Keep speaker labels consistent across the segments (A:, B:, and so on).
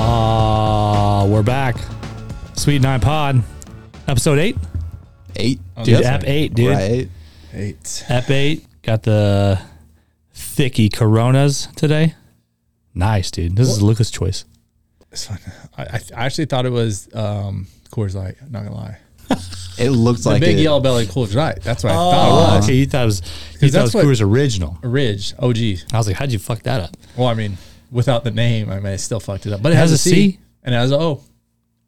A: Ah, we're back. Sweet Nine Pod, episode eight,
B: Eight.
C: Oh,
A: dude. Ep eight, dude.
B: Right.
C: Eight.
A: Ep eight. Got the thicky Coronas today. Nice, dude. This is Lucas' choice.
C: This one, I, I I actually thought it was um, Coors Light. Not gonna lie,
B: It looks
C: the
B: like
C: big
B: it.
C: yellow belly Coors Light. That's what I
A: Oh.
C: thought it was.
A: okay. You thought it was you thought it was
C: Oh, that's what-
A: Coors original.
C: Ridge OG.
A: I was like, how'd you fuck that up?
C: Well, I mean, without the name, I may have still fucked it up. But it
A: Has
C: has,
A: a
C: a C
A: C.
C: and it has an O,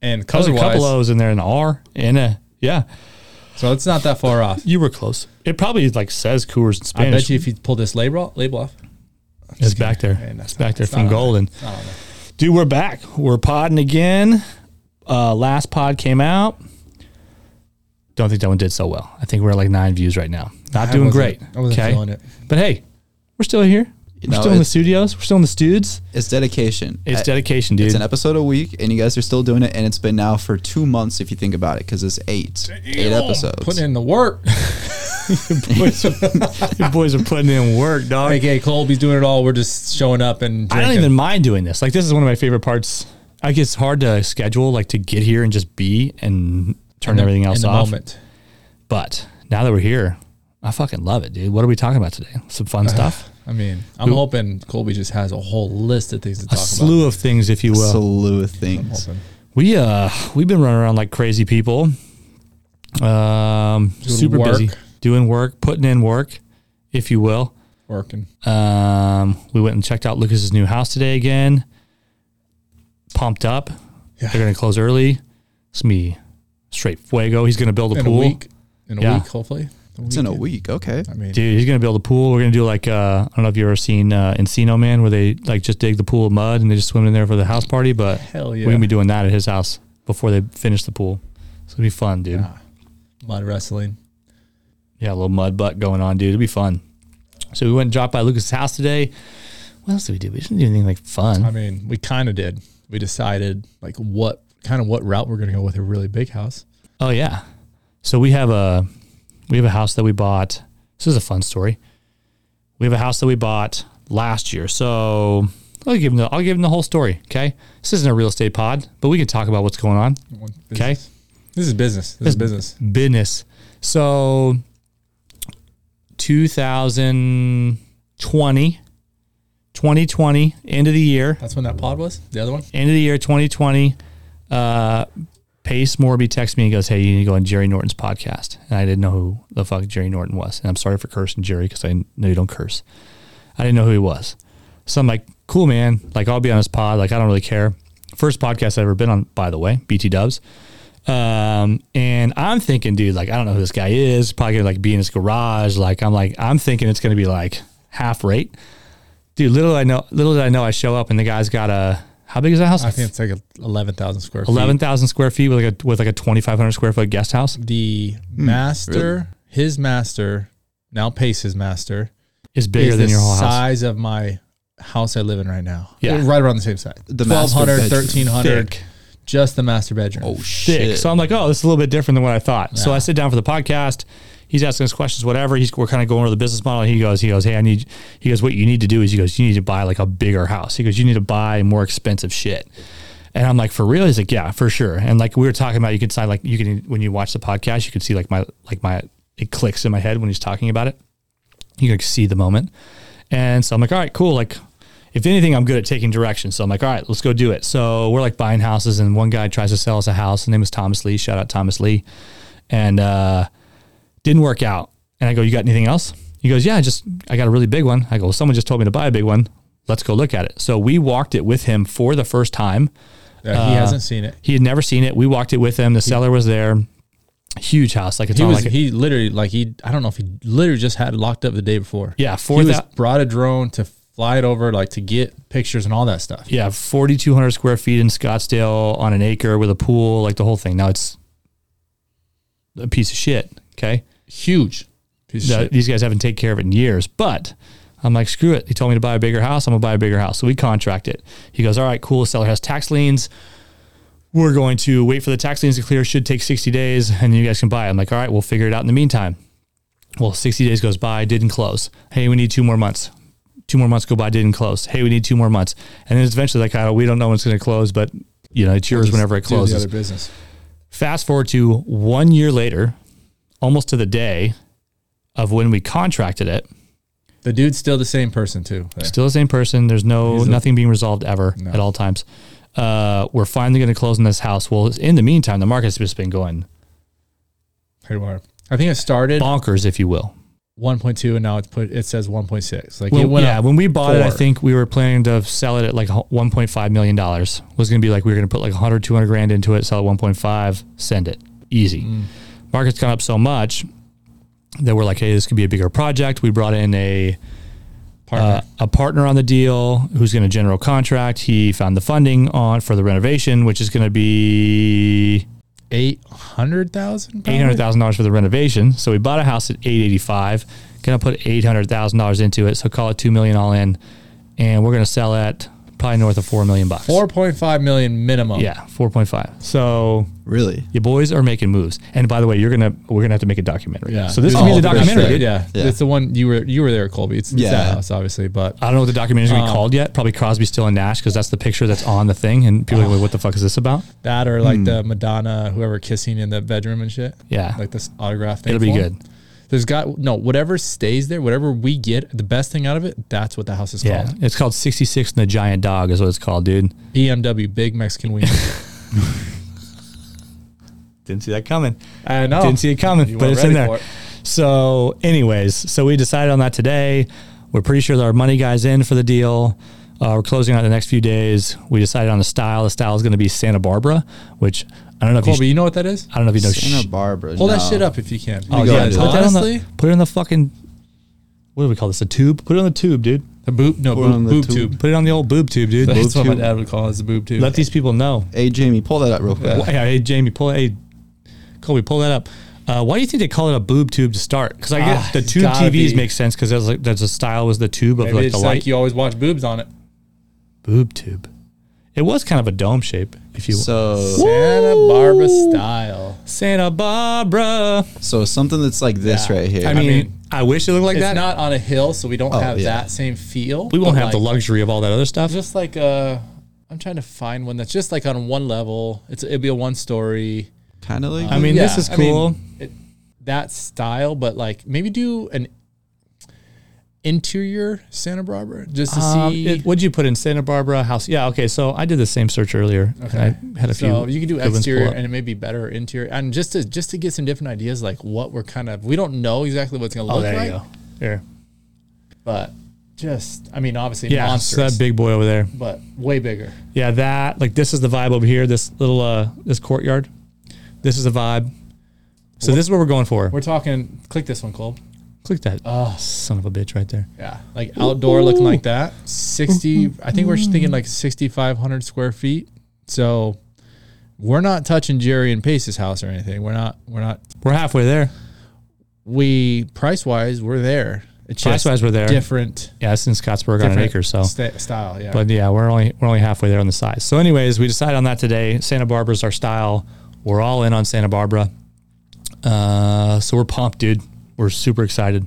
C: and
A: There's
C: color
A: a couple
C: wise,
A: O's in there, an R and a yeah.
C: so it's not that far off.
A: You were close. It probably like says Coors in
C: I
A: Spanish.
C: bet you if you pull this label label off,
A: it's back there.
C: Man, that's
A: it's back
C: not-
A: there
C: it's
A: from
C: not on there.
A: Golden.
C: I don't know.
A: Dude, we're back. We're podding again. Uh, last pod came out. Don't think that one did so well. I think we're at like nine views right now. Not
C: I
A: doing
C: wasn't-
A: great.
C: I wasn't feeling it.
A: But hey, we're still here. We're
B: know,
A: still in the
B: it's-
A: studios. We're still in the studs.
B: It's dedication.
A: It's
B: I-
A: dedication, dude.
B: It's an episode a week, and you guys are still doing it, and it's been now for two months if you think about it, because it's eight, eight episodes.
C: Putting in the work.
A: You boys are putting in work, dog.
C: AKA Colby's doing it all. We're just showing up and
A: I
C: drinking.
A: don't even mind doing this. Like this is one of my favorite parts. I guess it's hard to schedule, like to get here and just be and turn everything else
C: in the
A: off.
C: moment.
A: But now that we're here, I fucking love it, dude. What are we talking about today? Some fun stuff.
C: I mean, I'm hoping Colby just has a whole list of things to
A: a
C: talk about.
A: slew of things, if you will.
B: Slew of things.
C: Hoping.
A: we uh we've been running around like crazy people. Um super
C: work.
A: busy. Doing work, putting in work, if you will.
C: Working.
A: Um we went and checked out Lucas's new house today again. Pumped up.
C: Yeah.
A: They're gonna close early. It's me straight fuego. He's gonna build a
C: in
A: pool.
C: a week. In a
A: Yeah.
C: week, hopefully.
B: It's in a week. Okay.
C: I mean,
A: Dude, he's gonna build a pool. We're gonna do like uh, I don't know if you've ever seen uh, Encino Man, where they like just dig the pool of mud and they just swim in there for the house party. But
C: Hell
A: we're
C: yeah.
A: gonna be doing that at his house before they finish the pool. It's gonna be fun, dude. Yeah,
C: Yeah. mud wrestling.
A: a little mud butt going on, dude. It'll be fun. So we went and dropped by Lucas's house today. What else did we do? We didn't do anything like fun.
C: I mean, we kind of did. We decided like what kind of what route we're going to go with a really big house.
A: Oh yeah. So we have a we have a house that we bought. This is a fun story. We have a house that we bought last year. So I'll give him the I'll give him the whole story. Okay. This isn't a real estate pod, but we can talk about what's going on.
C: One
A: Okay.
C: business. This is business. This is business.
A: Business. So 2020 2020 end of the year
C: That's when that pod was. The other one.
A: end of the year 2020, uh, Pace Morby texts me and goes, Hey, you need to go on Jerry Norton's podcast. And I didn't know who the fuck Jerry Norton was. And I'm sorry for cursing Jerry because I know you don't curse. I didn't know who he was. So I'm like, Cool, man. Like, I'll be on his pod. Like, I don't really care. First podcast I've ever been on, by the way, BT Dubs. Um, and I'm thinking, dude, like, I don't know who this guy is. Probably gonna like be in his garage. Like, I'm like, I'm thinking it's gonna be like half rate. Dude, little I know, little did I know, I show up and the guy's got a how big is that house?
C: I think it's like eleven thousand square. feet.
A: eleven thousand square feet with like a with like a twenty five hundred square foot guest house
C: The
B: Hmm,
C: master, his master, now Pace's master,
A: is bigger
C: is
A: than
C: the
A: your whole house.
C: size of my house I live in right now.
A: Yeah.
C: They're right around the same size.
B: The
C: Twelve
B: master
C: hundred,
B: bedroom.
C: thirteen hundred.
A: Thick,
C: just the master bedroom.
B: Oh,
A: thick.
B: shit.
A: So I'm like, oh, this is a little bit different than what I thought. So
C: Yeah.
A: I sit down for the podcast. He's asking us questions, whatever. He's we're kind of going over the business model. He goes, he goes, hey, I need. He goes, what you need to do is, he goes, you need to buy like a bigger house. He goes, you need to buy more expensive shit. And I'm like, for real? He's like, yeah, for sure. And like we were talking about, you can sign like you can when you watch the podcast, you can see like my like my it clicks in my head when he's talking about it. You can like, see the moment. And so I'm like, all right, cool. Like, if anything, I'm good at taking direction. So I'm like, all right, let's go do it. So we're like buying houses, and one guy tries to sell us a house. His name is Thomas Lee. Shout out Thomas Lee. And uh, didn't work out. And I go, you got anything else? He goes, yeah, I just I got a really big one. I go, well, someone just told me to buy a big one. Let's go look at it. So we walked it with him for the first time.
C: Yeah, Uh,
A: Uh,
C: he hasn't seen it.
A: He had never seen it. We walked it with him. The seller was there. Huge house, like it's
C: He
A: on
C: was
A: like a-
C: he literally like he I don't know if he literally just had it locked up the day before.
A: yeah,
C: He
A: four
C: was
A: thousand.
C: brought a drone to fly it over like to get pictures and all that stuff.
A: yeah, 4,200 square feet in Scottsdale on an acre with a pool, like the whole thing. Now it's a piece of shit. Okay.
C: Huge. Piece of
A: Now,
C: shit.
A: These guys haven't taken care of it in years, but I'm like, screw it. He told me to buy a bigger house. I'm going to buy a bigger house. So we contract it. He goes, all right, cool. Seller has tax liens. we're going to wait for the tax liens to clear. Should take 60 days, and you guys can buy. I'm like, all right, we'll figure it out in the meantime. Well, 60 days goes by, didn't close. Hey, we need two more months. Two more months go by, didn't close. Hey, we need two more months. And then it's eventually like, oh, we don't know when it's going to close, but you know, it's yours
C: Just
A: whenever it
C: do the
A: closes.
C: other business.
A: Fast forward to one year later, almost to the day of when we contracted it.
C: The dude's still the same person too. there.
A: Still the same person. There's no
C: He's a-
A: nothing being resolved ever
C: No.
A: at all times. Uh, we're finally going to close on this house. Well, in the meantime, the market's just been going
C: Here we are. I think it started
A: bonkers, if you will.
C: 1.2 and now it's put. It says 1.6. Like
A: Well,
C: it went
A: yeah,
C: up.
A: when we bought it, I
C: four.
A: think we were planning to sell it at like 1.5 million dollars. Was going to be like we were going to put like 100, 200 grand into it, sell it 1.5, send it easy.
C: Mm.
A: Market's gone up so much that we're like, hey, this could be a bigger project. We brought in a uh,
C: Partner.
A: a partner on the deal who's going to general contract. He found the funding on for the renovation, which is going to be
C: eight hundred thousand.
A: eight hundred thousand dollars for the renovation. So we bought a house at eight eighty five. Going to put eight hundred thousand dollars into it. So call it two million all in, and we're going to sell at probably north of four million bucks.
C: Four point five million minimum.
A: yeah, four point five. So
B: Really?
A: your boys are making moves. And by the way, you're gonna we're gonna have to make a documentary.
C: Yeah. Oh.
A: So this
C: Dude,
A: can be
C: all
A: the
C: the rest
A: documentary.
B: of it.
A: dude.
C: Yeah.
B: Yeah.
C: It's the one you were you were there, Colby. It's, it's
B: Yeah.
C: that house, obviously. But
A: I don't know what the documentary is going to be
C: Um,
A: called yet. Probably Crosby, Still, and Nash because that's the picture that's on the thing. And people are like, "Wait, what the fuck is this about?"
C: that or like the Madonna, whoever kissing in the bedroom and shit.
A: Hmm. Yeah.
C: Like this autograph thing.
A: It'll be
C: for
A: good.
C: him. There's got no whatever stays there, whatever we get, the best thing out of it, that's what the house is
A: Yeah,
C: called.
A: it's called 66 and the Giant Dog is what it's called, dude.
C: BMW, big Mexican wiener.
A: Didn't see that coming.
C: I know.
A: Didn't see it coming,
C: You
A: but
C: weren't
A: it's in
C: ready
A: there.
C: for
A: So, anyways, so we decided on that today. We're pretty sure that our money guy's in for the deal. Uh, we're closing out the next few days. We decided on the style. The style is going to be Santa Barbara, which I don't know if you,
C: Colby,
A: sh-
C: you know what that is?
A: I don't know if you know.
B: Santa
A: sh-
B: Barbara.
C: Pull that
B: no.
C: shit up if you can.
A: oh,
B: go
A: yeah,
B: ahead.
A: put that on
C: honestly,
A: the put it on the fucking what do we call this? A tube? Put it on the tube, dude.
C: the boob, no
B: Put it on
C: boob,
B: the
C: boob
B: tube.
C: tube.
A: Put it on the old boob tube, dude.
C: That's what my
B: tube.
C: dad would call it, is the boob tube.
A: Let these people know.
B: Hey Jamie, pull that up real quick.
A: Why- Hey, Jamie, pull. Hey, Colby, pull that up. Uh, why do you think they call it a boob tube to start? Because I get
C: Ah,
A: the
C: it's
A: tube
C: gotta
A: TVs
C: be.
A: make sense because that's like that's the style was the tube of
C: Maybe
A: like
C: it's
A: the
C: like
A: light
C: you always watch boobs on it.
A: boob tube. It was kind of a dome shape, if you
B: So
C: Santa Barbara style.
A: Santa Barbara.
B: so something that's like this
C: Yeah.
B: right here.
A: I
C: I
A: mean, I,
C: mean,
A: wish it looked like
C: It's
A: that. Oh,
C: not on a hill, so we don't have
B: yeah.
C: that same feel.
A: we won't
C: but,
A: have the
C: like,
A: luxury of all that other stuff.
C: Just like uh, I'm trying to find one that's just like on one level. It's it'd be a one story.
B: kind of like
A: I mean, this
C: Mm, Yeah,
A: is
C: I mean,
A: cool.
C: it, that style, but like maybe do an interior Santa Barbara just to
A: Um,
C: see.
A: it- what'd you put in Santa Barbara house? Yeah, okay. So I did the same search earlier. And I had a
C: so
A: few.
C: you can do
A: good ones
C: exterior,
A: pull up.
C: and it may be better interior, and just to just to get some different ideas, like what we're kind of we don't know exactly what it's gonna
A: Oh,
C: look
A: there
C: like,
A: you go. There.
C: but just I mean, obviously
A: Yeah,
C: monsters,
A: so that big boy over there.
C: but way bigger.
A: yeah, that like this is the vibe over here. This little uh this courtyard, this is the vibe. So this is what we're going for.
C: We're talking. Click this one, Cole.
A: Click that. Oh, son of a bitch, right there.
C: Yeah, like outdoor looking like that. Sixty. I think we're just thinking like sixty-five hundred square feet. So we're not touching Jerry and Pace's house or anything. We're not. We're not.
A: We're halfway there.
C: We price wise, we're there. It's just
A: Price-wise, we're there.
C: Different,
A: Yeah, it's in Scottsburg on an
C: different
A: acre. So,
C: sta- style. Yeah.
A: but yeah, we're only we're only halfway there on the size. So, anyways, we decided on that today. Santa Barbara's our style. We're all in on Santa Barbara. Uh, so we're pumped, dude. We're super excited.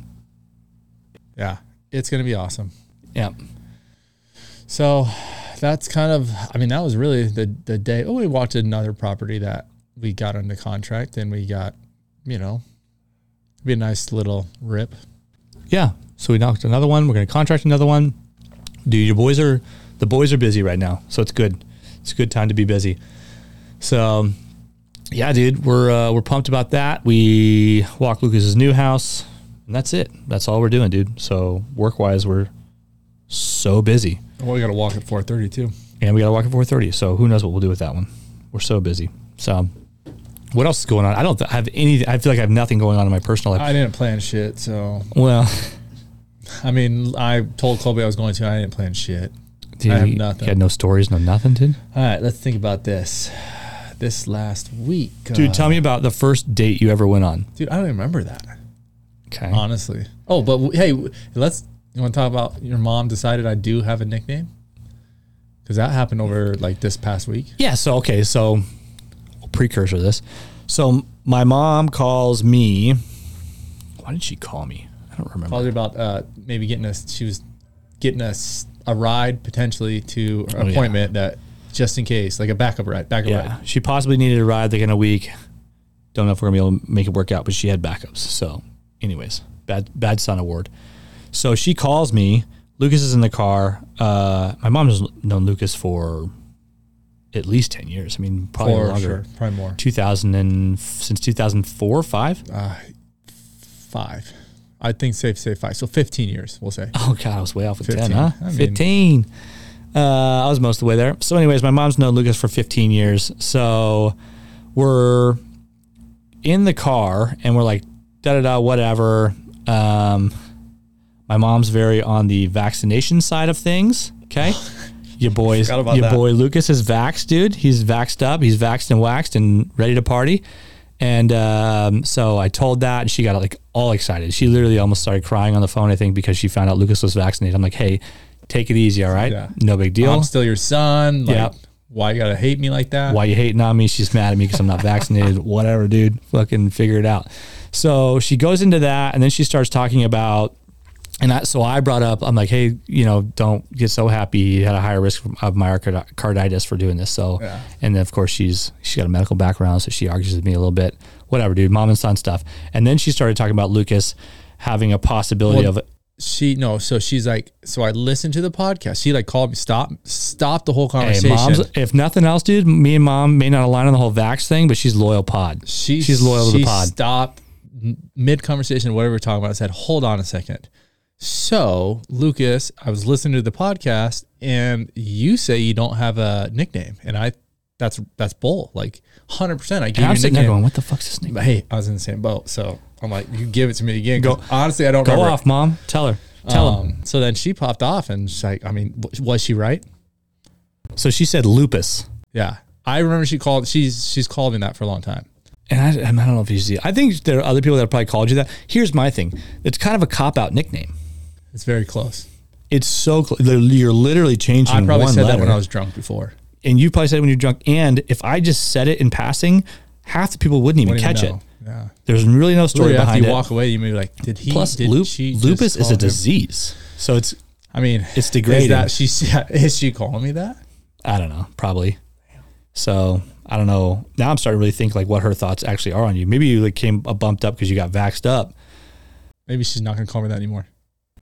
C: yeah, it's gonna be awesome.
A: Yeah.
C: So that's kind of, I mean, that was really the, the day. Oh, we watched another property that we got under contract and we got, you know, be a nice little rip.
A: yeah. So we knocked another one. We're going to contract another one. Dude, your boys are the boys are busy right now, so it's good. It's a good time to be busy. So, yeah, dude, we're uh, we're pumped about that. We walk Lucas's new house, and that's it. That's all we're doing, dude. So work wise, we're so busy,
C: Well, we got to walk at 432.
A: and we got to walk at four thirty. So who knows what we'll do with that one? We're so busy. So. What else is going on? I don't th- have anything. I feel like I have nothing going on in my personal life.
C: I didn't plan shit. So,
A: well,
C: I mean, I told Colby I was going to, and I didn't plan shit.
A: dude,
C: have
A: you
C: nothing.
A: had no stories, no nothing, dude.
C: All right, let's think about this. This last week.
A: Dude,
C: uh,
A: tell me about the first date you ever went on. Uh,
C: dude, I don't even remember that,
A: Okay.
C: honestly. Oh, but w- hey, w- let's, you want to talk about your mom decided I do have a nickname? Because that happened over like this past week.
A: Yeah. So okay. So precursor to this. So my mom calls me. Why did she call me? I don't remember.
C: Probably about uh, maybe getting us. She was getting us a ride potentially to an
A: Oh, yeah.
C: appointment that just in case, like a backup ride. Backup
A: yeah.
C: ride.
A: She possibly needed a ride like in a week. Don't know if we're gonna be able to make it work out, but she had backups. So, anyways, bad bad son award. So she calls me. Lucas is in the car. Uh, my mom's known Lucas for at least ten years. I mean, probably
C: Or
A: longer.
C: sure, probably more.
A: 2000 and since 2004 5
C: Five. I think safe to say five. So 15 years, we'll say.
A: Oh god, I was way off with
C: 15.
A: ten, huh?
C: I mean-
A: fifteen. Uh, I was most of the way there. So, anyways, my mom's known Lucas for fifteen years. So we're in the car and we're like da da da whatever. Um, my mom's very on the vaccination side of things. Okay. Your boys,
C: Forgot about
A: your
C: that.
A: boy Lucas is vaxxed, dude. He's vaxxed up. He's vaxxed and waxed and ready to party. And um, so I told that, and she got like all excited. She literally almost started crying on the phone, I think, because she found out Lucas was vaccinated. I'm like, hey, take it easy, all right?
C: Yeah.
A: No big deal.
C: I'm still your son. Like,
A: Yeah.
C: Why you gotta hate me like that?
A: Why you hating on me? She's mad at me because I'm not vaccinated. Whatever, dude. Fucking figure it out. So she goes into that, and then she starts talking about. And I, so I brought up, I'm like, hey, you know, don't get so happy. You had a higher risk of myocarditis for doing this. So,
C: Yeah.
A: and then of course she's she got a medical background, so she argues with me a little bit. Whatever, dude. Mom and son stuff. And then she started talking about Lucas having a possibility
C: Well,
A: of
C: She no. So she's like. So I listened to the podcast. She like called me. Stop. Stop the whole
A: Hey,
C: conversation.
A: mom's, if nothing else, dude, me and mom may not align on the whole vax thing, but she's loyal pod.
C: she,
A: she's loyal to
C: she
A: the pod.
C: Stopped mid conversation, whatever we're talking about. I said, hold on a second. So, Lucas, I was listening to the podcast, and you say you don't have a nickname, and I, that's that's bull. Like hundred percent, I gave
A: And
C: you a
A: I'm sitting there
C: nickname.
A: going, what the fuck's this name?
C: but hey, I was in the same boat, so I'm like, you give it to me again. Go. Honestly, I don't
A: Go
C: remember.
A: off, mom. Tell her. Tell him.
C: Um, so then she popped off, and she's like, I mean, w- was she right?
A: So she said lupus,
C: Yeah, I remember she called. She's she's called me that for a long time.
A: and I, and I don't know if you see. I think there are other people that probably called you that. Here's my thing: it's kind of a cop out nickname.
C: It's very close.
A: It's so cl- you're literally changing.
C: I probably
A: one
C: said that
A: letter.
C: when I was drunk before.
A: and you probably said it when you're drunk. And if I just said it in passing, half the people wouldn't even
C: Don't even
A: catch it.
C: know. Yeah.
A: There's really no story
C: Literally, after
A: behind
C: you
A: it.
C: walk away, you may be like, did he?
A: Plus,
C: did
A: lup-
C: she just
A: lupus is
C: call
A: a
C: him?
A: disease, so it's
C: I mean,
A: It's degrading.
C: Is that she? yeah, Is she calling me that?
A: I don't know, probably. So I don't know. Now I'm starting to really think like what her thoughts actually are on you. Maybe you like came uh, bumped up because you got vaxxed up.
C: Maybe she's not going to call me that anymore.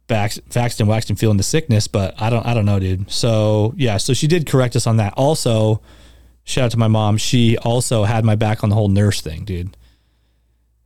A: vax, vaxxed and waxed and feeling the sickness, but I don't, I don't know, dude. So yeah, so she did correct us on that. Also, shout out to my mom. She also had my back on the whole nurse thing, dude.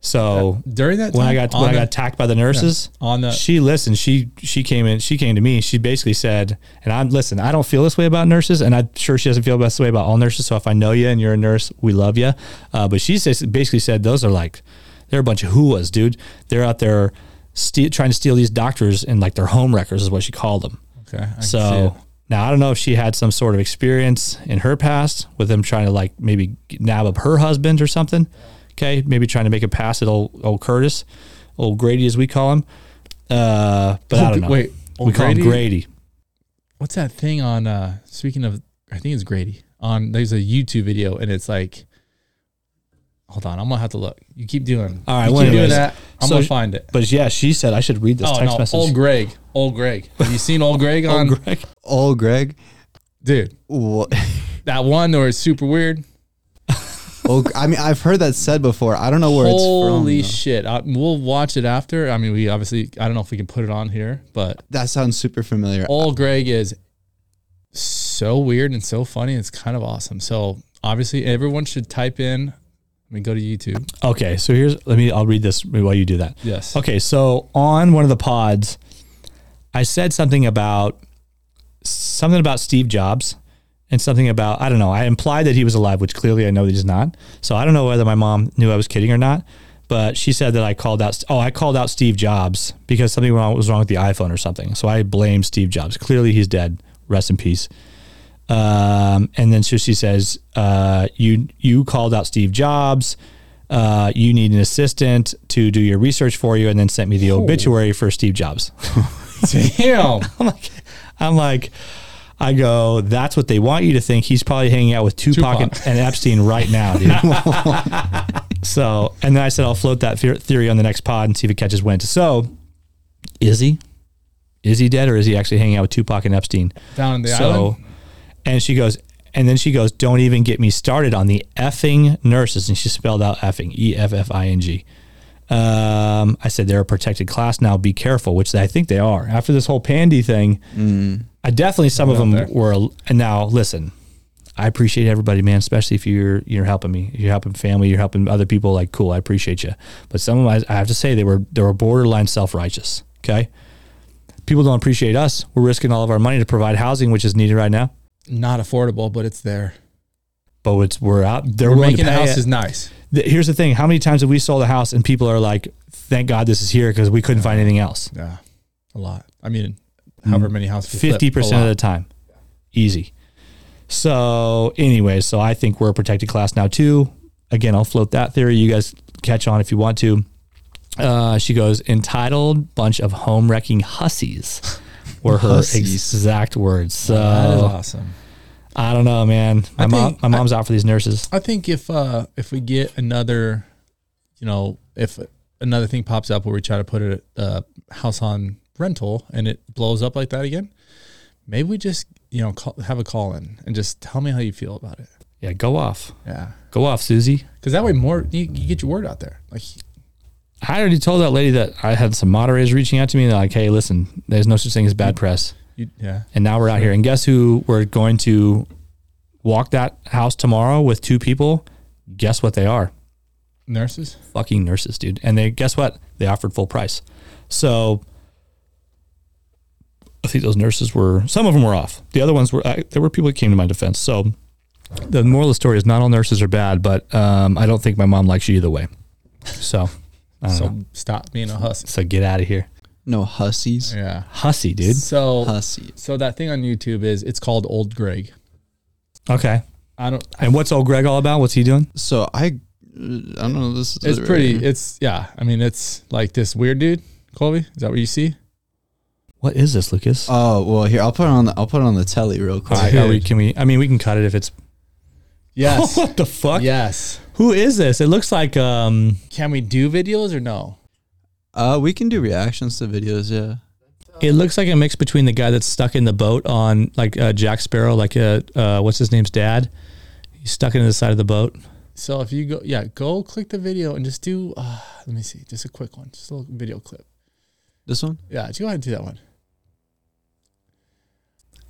A: So
C: During that time,
A: when I got
C: on
A: when I
C: the-
A: got attacked by the nurses,
C: on the-
A: she listened. She she came in. She came to me. She basically said, and I'm listen. I don't feel this way about nurses, and I'm sure she doesn't feel this way about all nurses. So if I know you and you're a nurse, we love you. Uh, but she says, basically said those are like they're a bunch of whoas, dude. They're out there ste trying to steal these doctors and like their home wreckers is what she called them.
C: okay, I can see
A: So
C: it.
A: now I don't know if she had some sort of experience in her past with them trying to like maybe nab up her husband or something. Okay, maybe trying to make a pass at old, old Curtis, old Grady as we call him. Uh, but I
C: Oh,
A: don't know.
C: Wait,
A: we call him Grady.
C: What's that thing on? uh Speaking of, I think it's Grady. On there's a YouTube video, and it's like, hold on, I'm gonna have to look. You keep doing.
A: All right,
C: you
A: well,
C: keep doing
A: anyways,
C: that. I'm
A: so-
C: gonna find it.
A: But yeah, she said I should read this
C: Oh
A: text
C: no,
A: message.
C: old Greg, old Greg. Have you seen old Greg on?
A: Old Greg.
B: Oh, Greg.
C: Dude,
B: What?
C: that one where it's super weird.
B: Oh, I mean, I've heard that said before. I don't know where
C: Holy
B: it's from. though.
C: shit! I, we'll watch it after. I mean, we obviously I don't know if we can put it on here, but
B: that sounds super familiar.
C: all Greg is so weird and so funny. It's kind of awesome. So obviously, everyone should type in. I mean, go to YouTube.
A: Okay, so here's let me. I'll read this while you do that.
C: Yes.
A: Okay, so on one of the pods, I said something about something about Steve Jobs and something about I don't know. I implied that he was alive, which clearly I know that he's not. So I don't know whether my mom knew I was kidding or not. But she said that I called out. Oh, I called out Steve Jobs because something wrong was wrong with the iPhone or something. So I blame Steve Jobs. Clearly, he's dead. Rest in peace. Um, and then so she says, uh, "You you called out Steve Jobs. Uh, you need an assistant to do your research for you." And then sent me the obituary for Steve Jobs.
C: Damn.
A: I'm like, I'm like, I go, that's what they want you to think. He's probably hanging out with Tupac,
C: Tupac.
A: And, and Epstein right now, dude. so, and then I said, I'll float that fear- theory on the next pod and see if it catches wind. So, is he? Is he dead or is he actually hanging out with Tupac and Epstein?
C: down in the
A: so,
C: island.
A: and she goes, and then she goes, don't even get me started on the effing nurses. And she spelled out effing, E F F I N G. Um, I said, they're a protected class now. Be careful, which I think they are. After this whole Pandy thing, I definitely, some of them
C: there.
A: were. And now, listen, I appreciate everybody, man, especially if you're you're helping me. You're helping family, you're helping other people. Like, cool, I appreciate you. But some of my, I have to say, they were they were borderline self righteous. Okay. People don't appreciate us. We're risking all of our money to provide housing, which is needed right now
C: Not affordable, but it's there.
A: but it's we're out. They're
C: We're
A: willing
C: making
A: to
C: the
A: pay
C: houses
A: it.
C: nice.
A: Th- Here's the thing: how many times have we sold a house and people are like, "Thank God this is here because we couldn't find anything else."
C: Yeah, a lot. I mean, however many houses. we flip, a
A: Fifty percent
C: lot.
A: of the time, easy. So, anyway, so I think we're a protected class now too. Again, I'll float that theory. You guys catch on if you want to. Uh, she goes, "Entitled bunch of home wrecking hussies." Were her
B: Hussies.
A: exact words. So
C: That is
A: uh,
C: awesome.
A: I don't know, man. My
C: I
A: mom,
C: think-
A: my mom's out for these nurses.
C: I think if uh if we get another, you know, if another thing pops up where we try to put a, a house on rental and it blows up like that again, maybe we just you know call, have a call in and just tell me how you feel about it.
A: Yeah, go off,
C: Yeah,
A: go off, Susie.
C: because that way more you, you get your word out there. Like
A: I already told that lady that I had some moderators reaching out to me and they're like, hey, listen, there's no such thing as bad press.
C: you, yeah,
A: And now we're out here. And guess who we're going to walk that house tomorrow with two people? Guess what they are?
C: nurses.
A: Fucking nurses, dude. And they guess what? They offered full price. So I think those nurses were some of them were off. The other ones were I, there were people that came to my defense. So the moral of the story is not all nurses are bad, but um, I don't think my mom likes you either way. So I don't
C: So
A: know.
C: stop being a huss.
A: So get out of here.
B: No hussies.
C: Yeah.
A: Hussy, dude.
C: So
B: Hussies.
C: so that thing on YouTube is it's called Old Greg.
A: Okay.
C: I don't.
A: And what's old Greg all about? What's he doing?
B: So I, I don't know. This is
C: It's pretty. It's yeah. I mean, it's like this weird dude. Colby, is that what you see?
A: What is this, Lucas?
B: Oh well, here I'll put it on the I'll put it on the telly real
A: all
B: quick.
A: right, are we,
C: dude.
A: can we? I mean, we can cut it if it's.
C: Yes.
A: what the fuck?
C: yes.
A: Who is this? It looks like um,
C: Can we do videos or no?
B: Uh, we can do reactions to videos. Yeah.
A: it looks like a mix between the guy that's stuck in the boat on like uh, Jack Sparrow, like uh, uh, what's his name's dad. He's stuck into the side of the boat.
C: So if you go, yeah, go click the video and just do. Uh, let me see, just a quick one, just a little video clip.
B: This one.
C: Yeah, just go ahead and do that one.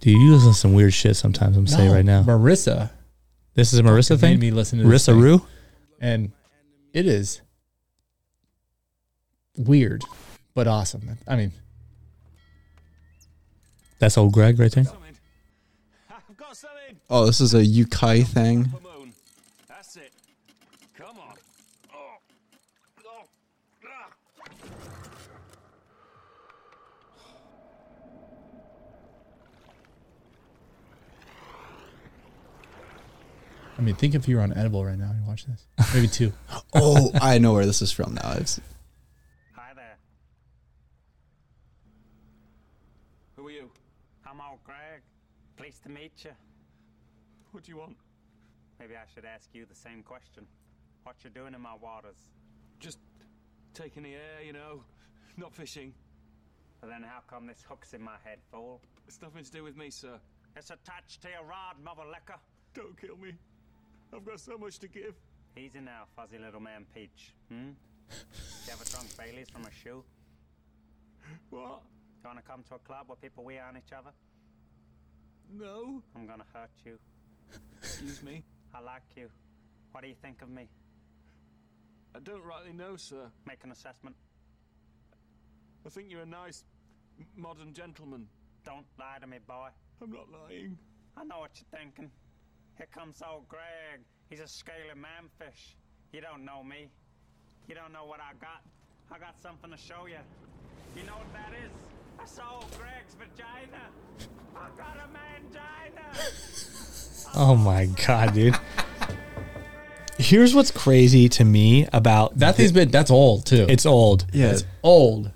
A: Dude, you listen to some weird shit sometimes. I'm saying
C: No,
A: right now.
C: Marissa.
A: This is a Marissa
C: made
A: thing.
C: me listen to this
A: Marissa
C: thing.
A: Rue.
C: and it is weird, but awesome. I mean,
A: That's old Greg right there.
D: I've got something.
B: Oh, this is a yukai thing.
D: Pomone. That's it. Come on. Oh. Oh. Ah.
C: I mean, think if you were on edible right now and you watch this, maybe two.
B: Oh, I know where this is from now. It's,
D: Hi there. Who are you?
E: I'm old Greg. Pleased to meet you.
D: What do you want?
E: Maybe I should ask you the same question. What you doing in my waters?
D: Just taking the air, you know. Not fishing.
E: But then how come this hook's in my head, fool?
D: It's nothing to do with me, sir.
E: It's attached to your rod, mother licker.
D: Don't kill me. I've got so much to give.
E: Easy now, fuzzy little man Peach. Hmm? you ever drunk Baileys from a shoe?
D: What?
E: You wanna come to a club where people wee on each other?
D: No.
E: I'm gonna hurt you.
D: Excuse me.
E: I like you. What do you think of me?
D: I don't rightly know, sir.
E: Make an assessment.
D: I think you're a nice, m- modern gentleman.
E: Don't lie to me, boy.
D: I'm not lying.
E: I know what you're thinking. Here comes old Greg. He's a scaly manfish. You don't know me. You don't know what I got. I got something to show you. You know what that is? That's old Greg's vagina. I got a mangina.
A: Oh my god, dude. Here's what's crazy to me about
C: That thing's been that's old too. It's
A: It's old.
B: yeah.
C: old.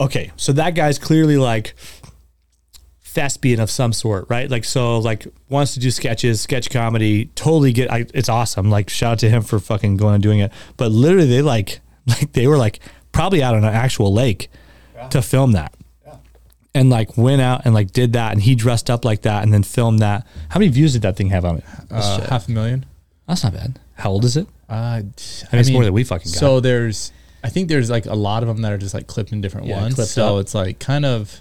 A: okay, so that guy's clearly like, thespian of some sort, right? Like so, like wants to do sketches, sketch comedy. Totally get. I, it's awesome. Like shout out to him for fucking going and doing it. But literally, they like like they were like probably out on an actual lake to film that. And like went out and like did that, and he dressed up like that, and then filmed that. How many views did that thing have on it?
C: Uh, half a million.
A: That's not bad. How old is it?
C: Uh, I mean,
A: it's more than we fucking got.
C: So there's, I think there's like a lot of them that are just like clipped in different
A: Yeah,
C: ones.
A: clipped
C: So
A: up.
C: it's like kind of,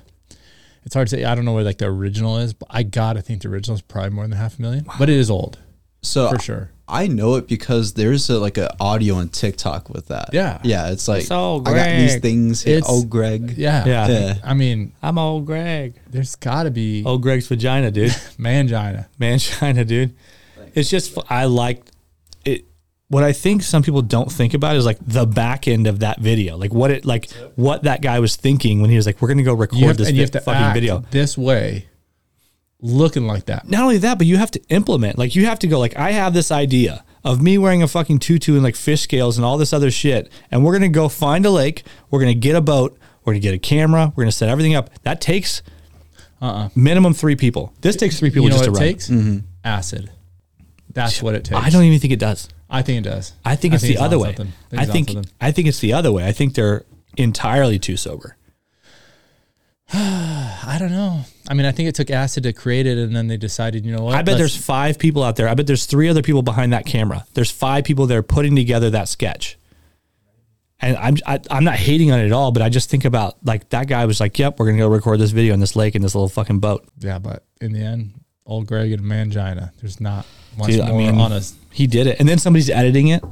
C: it's hard to say. I don't know where like the original is, but I gotta think the original is probably more than half a million. But it is old
B: So
C: for sure.
B: I know it because there's a, like an audio on TikTok with that.
C: Yeah.
B: Yeah. It's like,
A: all
B: I got these
A: Greg.
B: things. Here.
C: It's-
B: Oh, Greg.
C: Yeah.
A: Yeah. Oh.
B: Yeah.
C: I mean,
A: I'm old Greg.
C: there's gotta be
A: Old Greg's vagina, dude.
C: mangina.
A: Man, China, dude. It's just fu- I like it. What I think some people don't think about is like the back end of that video, like what it, like what that guy was thinking when he was like, "We're gonna go record
C: You have,
A: this
C: and you
A: vi-
C: have to
A: fucking
C: act
A: video."
C: this way, looking like that.
A: Not only that, but you have to implement. Like you have to go. Like I have this idea of me wearing a fucking tutu and like fish scales and all this other shit, and we're gonna go find a lake. We're gonna get a boat. We're gonna get a camera. We're gonna set everything up. That takes minimum three people. This takes three people
C: Uh-uh. You know
A: just
C: what
A: to
C: it
A: run. it.
C: takes? Acid. That's what it takes.
A: I don't even think it does.
C: I think it does.
A: I think it's the
C: he's
A: other
C: on
A: way.
C: something.
A: I
C: he's on
A: think
C: something.
A: I think it's the other way. I think they're entirely too sober.
C: I don't know. I mean, I think it took acid to create it, and then they decided, you know what?
A: I bet
C: let's-
A: there's five people out there. I bet there's three other people behind that camera. There's five people there putting together that sketch. And I'm I, I'm not hating on it at all, but I just think about like that guy was like, "Yep, we're gonna go record this video in this lake in this little fucking boat."
C: yeah, but in the end, old Greg and Mangina. There's not much
A: Dude,
C: more
A: I mean,
C: honest.
A: He did it, and then somebody's editing it.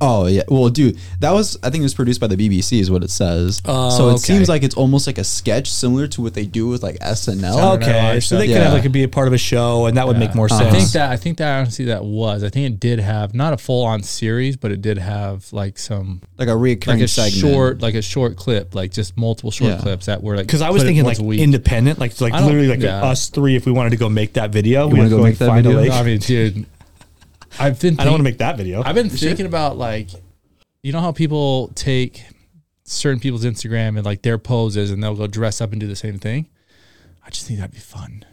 B: Oh yeah, well, dude, that was I think it was produced by the BBC, is what it says.
A: Oh,
B: so it
A: okay.
B: seems like it's almost like a sketch similar to what they do with like SNL.
C: Saturday Night
A: Okay,
C: Live
A: so they
C: stuff.
A: could have
B: Yeah.
A: like be a part of a show, and that would make more sense.
C: I think that I think that honestly that was. I think it did have not a full on series, but it did have like some
B: Like a reoccurring
C: like a
B: segment.
C: short like a short clip, like just multiple short
B: Yeah.
C: clips that were like
A: Because I was
C: put it
A: thinking
C: once
A: like
C: a week.
A: independent, like like
C: I don't-
A: literally like
C: yeah.
A: us three, if we wanted to go make that video, we
B: wanna
A: would
B: go
A: go
B: make
A: and
B: that
A: find a
B: video?
A: lake.
C: I mean, dude, I've been
A: I don't want to
C: think-
A: make that video.
C: I've been thinking about like, you know how people take certain people's Instagram and like their poses, and they'll go dress up and do the same thing. I just think that'd be fun.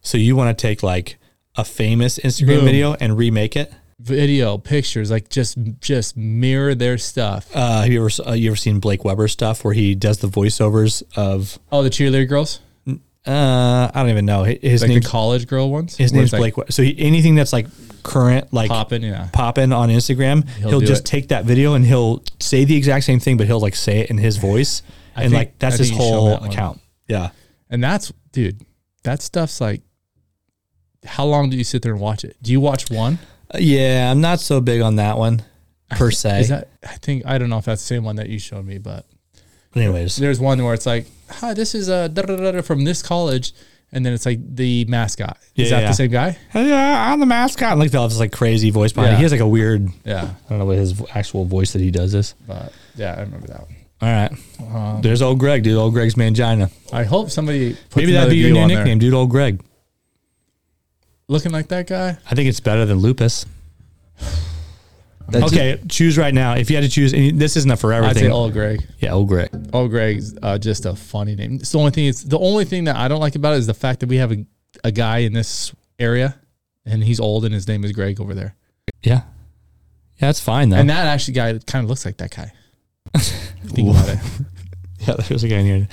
A: so you want to take like a famous Instagram
C: Boom.
A: video and remake it?
C: Video, pictures, like just just mirror their stuff.
A: Uh, have you ever uh, you ever seen Blake Weber stuff where he does the voiceovers of
C: Oh, the cheerleader girls,
A: uh, I don't even know Hi- his
C: like
A: name
C: the college girl ones.
A: his
C: where
A: name's
C: it's, like,
A: Blake. Weber. So he, anything that's like current like
C: Poppin', yeah.
A: poppin' on Instagram, he'll,
C: He'll do
A: just
C: it.
A: take that video and he'll say the exact same thing, but he'll like say it in his voice,
C: I
A: and
C: think-
A: like that's
C: I
A: his
C: think you show
A: whole
C: that one.
A: account. Yeah.
C: And that's dude, that stuff's like. How long do you sit there and watch it? Do you watch one?
A: Yeah, I'm not so big on that one per se.
C: Is that I think I don't know if that's the same one that you showed me, but
A: Anyways,
C: there's one where it's like, hi, this is a da da da da from this college, and then it's like the mascot.
A: Yeah,
C: is that
A: yeah.
C: the same guy?
A: hey, uh, I'm the mascot. And, like they'll have this like crazy voice behind it.
C: Yeah.
A: He has like a weird.
C: Yeah,
A: I don't know what his vo- actual voice that he does is.
C: but yeah, I remember that one.
A: All right,
C: Uh,
A: there's old Greg, dude. Old Greg's mangina.
C: I hope somebody puts
A: Maybe that'd be your new nickname,
C: There.
A: dude. Old Greg.
C: Looking like that guy,
A: I think it's better than lupus.
B: That's
A: okay, choose right now. If you had to choose, and this isn't a for
C: I'd say
A: everything.
C: Old Greg.
A: yeah, old Greg.
C: Old Greg's uh, just a funny name. It's the only thing. It's the only thing that I don't like about it is the fact that we have a, a guy in this area, and he's old, and his name is Greg over there.
A: Yeah, yeah, that's fine though.
C: And that actually guy kind of looks like that guy. Think about it.
A: yeah, there's a guy in here.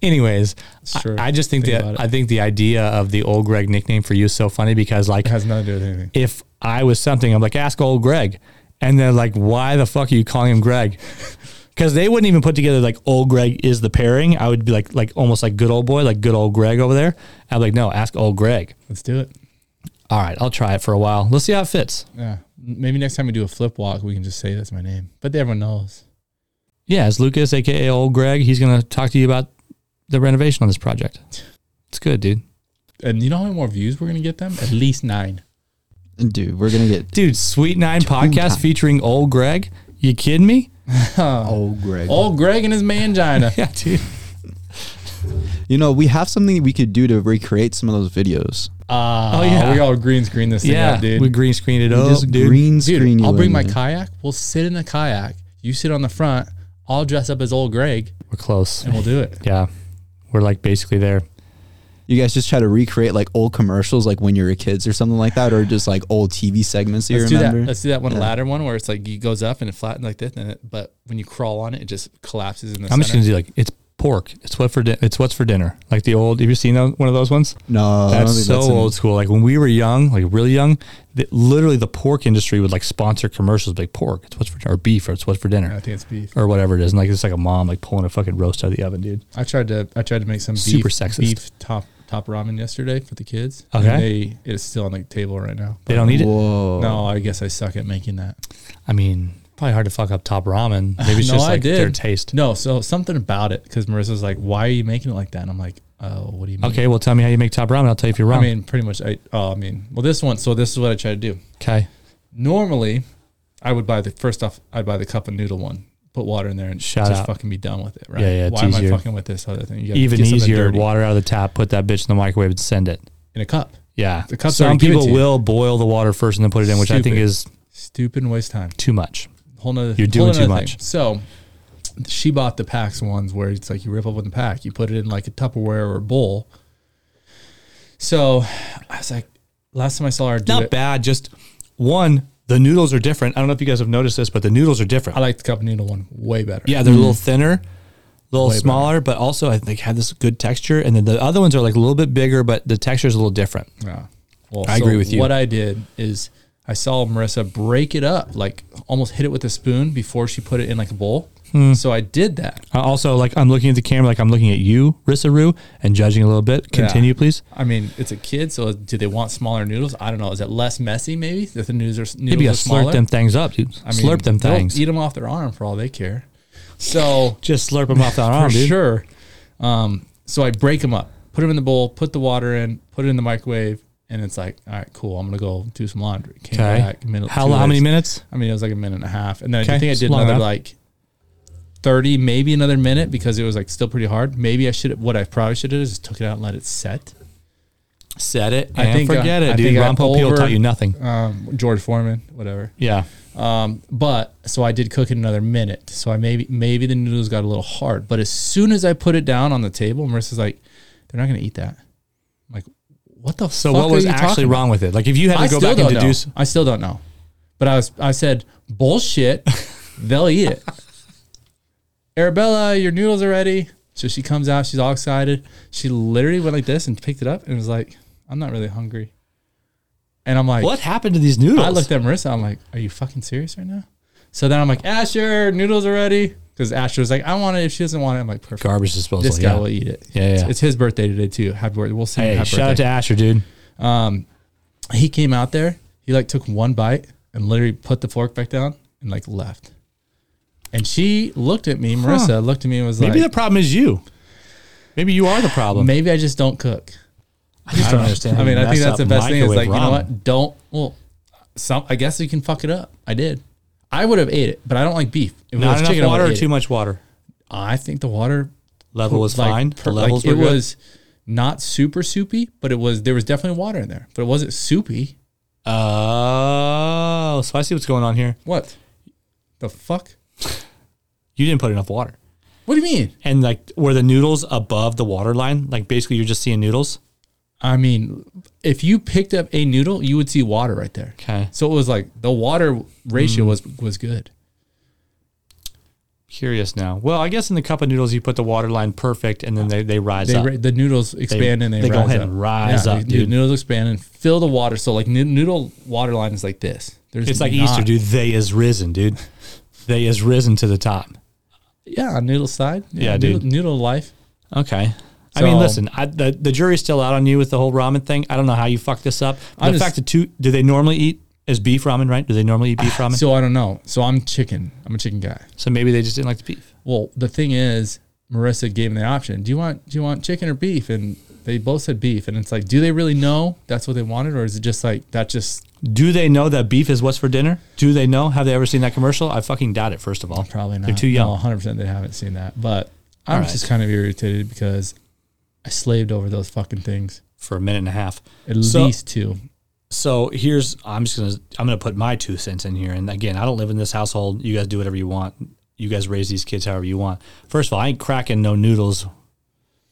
A: Anyways, I-
C: true.
A: I, just think,
C: Think about
A: that
C: it.
A: I think the idea of the old Greg nickname for you is so funny because like
C: It has nothing to do with anything.
A: if I was something, I'm like, ask old Greg. And they're like, why the fuck are you calling him Greg? Because they wouldn't even put together like old Greg is the pairing. I would be like, like almost like good old boy, like good old Greg over there. I'm like, no, ask old Greg.
C: Let's do it.
A: All right, I'll try it for a while. Let's see how it fits.
C: Yeah. Maybe next time we do a flip walk, we can just say that's my name. But everyone knows.
A: Yeah, it's Lucas, aka old Greg. He's gonna talk to you about the renovation on this project. It's good, dude.
C: And you know how many more views we're going to get them? At least nine.
B: it. dude, we're gonna get
A: Dude, Sweet Nine podcast
B: times.
A: featuring old Greg. You kidding me?
B: oh Greg.
C: Old Greg and his mangina.
A: Yeah, dude.
B: You know, we have something we could do to recreate some of those videos.
C: Ah,
A: Oh, yeah.
C: We all green screen this thing
A: Yeah,
C: up, dude.
A: we green screened it up,
B: Just
A: Oh, dude.
B: green
C: dude,
B: screen.
C: I'll
B: you
C: bring
B: in
C: my
B: there.
C: kayak. We'll sit in a kayak. You sit on the front. I'll dress up as old Greg
A: We're close.
C: and we'll do it.
A: Yeah, we're like basically there.
B: You guys just try to recreate like old commercials, like when you were kids or something like that, or just like old TV segments that
C: Let's
B: you
C: do that.
B: remember.
C: Let's do that one ladder one where it's like it goes up and it flattens like this, and it, but when you crawl on it, it just collapses in the
A: I'm just
C: center.
A: gonna do like it's pork. It's what for di- it's what's for dinner. Like the old. Have you seen that, one of those ones?
C: Oh,
B: no, I don't
A: That's
B: think
A: so
B: in-
A: old school. Like when we were young, like really young, the, literally the pork industry would like sponsor commercials like pork. It's what's for or beef or it's what's for dinner
C: I think it's beef.
A: or whatever it is. And like it's like a mom like pulling a fucking roast out of the oven, dude.
C: I tried to I tried to make some
A: Super
C: beef,
A: sexist.
C: beef top top ramen yesterday for the kids. and
A: Okay.
C: they it is still on the table right now.
A: They don't need it.
B: Whoa.
C: No, I guess I suck at making that.
A: I mean, probably hard to fuck up top ramen. Maybe it's
C: no,
A: just
C: I
A: like
C: did.
A: their taste.
C: No, so something about it because Marissa's like, "Why are you making it like that?" And I'm like, "Oh, what do you mean?"
A: Okay, well, tell me how you make top ramen. I'll tell you if you're wrong.
C: I mean, pretty much. I oh, I mean, well, this one. So this is what I try to do.
A: okay,
C: Normally, I would buy the first off. I'd buy the cup and noodle one. Put water in there and
A: Shout
C: just
A: out.
C: fucking be done with it, right?
A: Yeah, yeah, it's
C: Why am I
A: easier.
C: fucking with this other thing? You gotta
A: even
C: get something
A: easier.
C: dirty
A: Water out of the tap. Put that bitch in the microwave and send it.
C: in a cup.
A: Yeah,
C: The cup's
A: some
C: already given
A: people
C: to you.
A: will boil the water first and then put it in, which I think
C: Stupid.
A: is
C: Stupid and waste time.
A: too much.
C: whole nother
A: You're doing
C: whole
A: too
C: nother
A: much.
C: thing. So she bought the packs ones where it's like you rip open the pack, you put it in like a Tupperware or a bowl. So I was like, last time I saw her do
A: Not
C: it,
A: bad. Just one, the noodles are different. I don't know if you guys have noticed this, but the noodles are different.
C: I like the cup noodle one way better.
A: yeah, they're a little thinner, a little
C: Mm. Way better.
A: smaller, but also I think had this good texture. And then the other ones are like a little bit bigger, but the texture is a little different.
C: Yeah. Well,
A: I agree with you.
C: What I did is I saw Marissa break it up, like almost hit it with a spoon before she put it in like a bowl.
A: Hmm.
C: So I did that.
A: Uh, also, like I'm looking at the camera, like I'm looking at you, Risaru, and judging a little bit. Continue, please.
C: I mean, it's a kid, so do they want smaller noodles? I don't know. Is it less messy? Maybe if the noodles are noodles
A: Maybe you
C: are
A: gotta slurp
C: smaller.
A: them things up, dude.
C: I mean,
A: slurp them
C: they'll
A: things.
C: Eat them off their arm for all they care. So
A: Just slurp them off that arm,
C: for
A: dude.
C: sure. Um, so I break them up, put them in the bowl, put the water in, put it in the microwave, and it's like, all right, cool. I'm gonna go do some laundry. Came
A: Okay.
C: back, minute,
A: How,
C: two
A: how many
C: minutes?
A: minutes?
C: I mean, it was like a minute and a half, and then
A: Okay,
C: I think I did
A: long
C: another
A: enough.
C: like thirty, maybe another minute because it was like still pretty hard. Maybe I should. What I probably should have is just took it out and let it set.
A: Said it.
C: I
A: and
C: think I-
A: forget
C: I
A: it, dude.
C: think I
A: Ron Popeil
C: over-
A: taught you nothing.
C: Um, George Foreman, whatever.
A: Yeah.
C: Um, but so I did cook it another minute. So I maybe maybe the noodles got a little hard. But as soon as I put it down on the table, Marissa's like, "They're not gonna eat that." I'm like, "What the
A: So
C: fuck?"
A: what was
C: are you talking
A: actually
C: about?"
A: wrong with it? Like if you had to
C: I
A: go
C: still
A: back and
C: don't know.
A: deduce,
C: I still don't know. But I was I said bullshit. They'll eat it. Arabella, your noodles are ready. So she comes out. She's all excited. She literally went like this and picked it up and was like, "I'm not really hungry." And I'm like,
A: what happened to these noodles?
C: I looked at Marissa. I'm like, "Are you fucking serious right now?" So then I'm like, "Asher, noodles are ready." Because Asher was like, "I want it." If she doesn't want it, I'm like, "Perfect."
A: garbage disposal.
C: This guy
A: yeah.
C: will eat it.
A: Yeah, yeah.
C: It's, it's his birthday today too. Happy birthday. We'll see.
A: Hey, shout out to Asher, dude.
C: to he came out there. He like took one bite and literally put the fork back down and like left. And she looked at me. Marissa looked at me and was
A: Maybe the
C: like,
A: problem is you. Maybe you are the problem.
C: "Maybe I just don't cook."
A: I just don't understand.
C: I mean, I think that's the best thing. Is like, you know
A: what?
C: what? Don't well, some. I guess you can fuck it up. I did. I would have ate it, but I don't like beef. If it was
A: Not enough
C: chicken, I
A: water
C: would've
A: or
C: ate
A: too
C: it.
A: much water.
C: I think the water
A: Level was
C: like,
A: fine.
C: per-
A: the levels
C: like,
A: were
C: it
A: good.
C: was not super soupy, but it was there was definitely water in there, but it wasn't soupy.
A: Oh, so I see what's going on here.
C: What the fuck?
A: You didn't put enough water,
C: What do you mean?
A: and like were the noodles above the water line? Like basically, you're just seeing noodles.
C: I mean, if you picked up a noodle, you would see water right there.
A: 'Kay.
C: So it was like the water ratio
A: Mm.
C: was was good.
A: Curious now. Well, I guess in the cup of noodles, you put the water line perfect, and then they, they rise
C: They
A: up.
C: ra- the noodles expand and they,
A: they go
C: rise
A: ahead
C: up.
A: and rise up,
C: the- the
A: dude.
C: noodles expand and fill the water. So like noo- noodle water line is like this. There's
A: It's like
C: not-
A: Easter, dude. They is risen, dude. They is risen to the top.
C: Yeah, on noodle side.
A: Yeah,
C: noodle,
A: dude.
C: Noodle life.
A: Okay. I mean,
C: So-
A: listen, I, the, the jury's still out on you with the whole ramen thing. I don't know how you fucked this up.
C: I'm
A: The
C: just-
A: fact that two, do they normally eat is beef ramen, right? Do they normally eat beef ramen? So,
C: So I don't know. So I'm chicken. I'm a chicken guy.
A: maybe they just didn't like the beef.
C: Well, the thing is, Marissa gave them the option. Do you want do you want chicken or beef? And they both said beef. And it's like, do they really know that's what they wanted, or is it just like that? Just
A: Do they know that beef is what's for dinner? Do they know? Have they ever seen that commercial? I fucking doubt it, first of all.
C: probably not.
A: They're too young.
C: No, 100% they haven't seen that. But I'm
A: right.
C: just kind of irritated because I slaved over those fucking things.
A: For a minute and a half.
C: At
A: So-
C: least two.
A: So here's I'm just gonna I'm gonna put my two cents in here. And again, I don't live in this household. You guys do whatever you want. You guys raise these kids however you want. First of all, I ain't cracking no noodles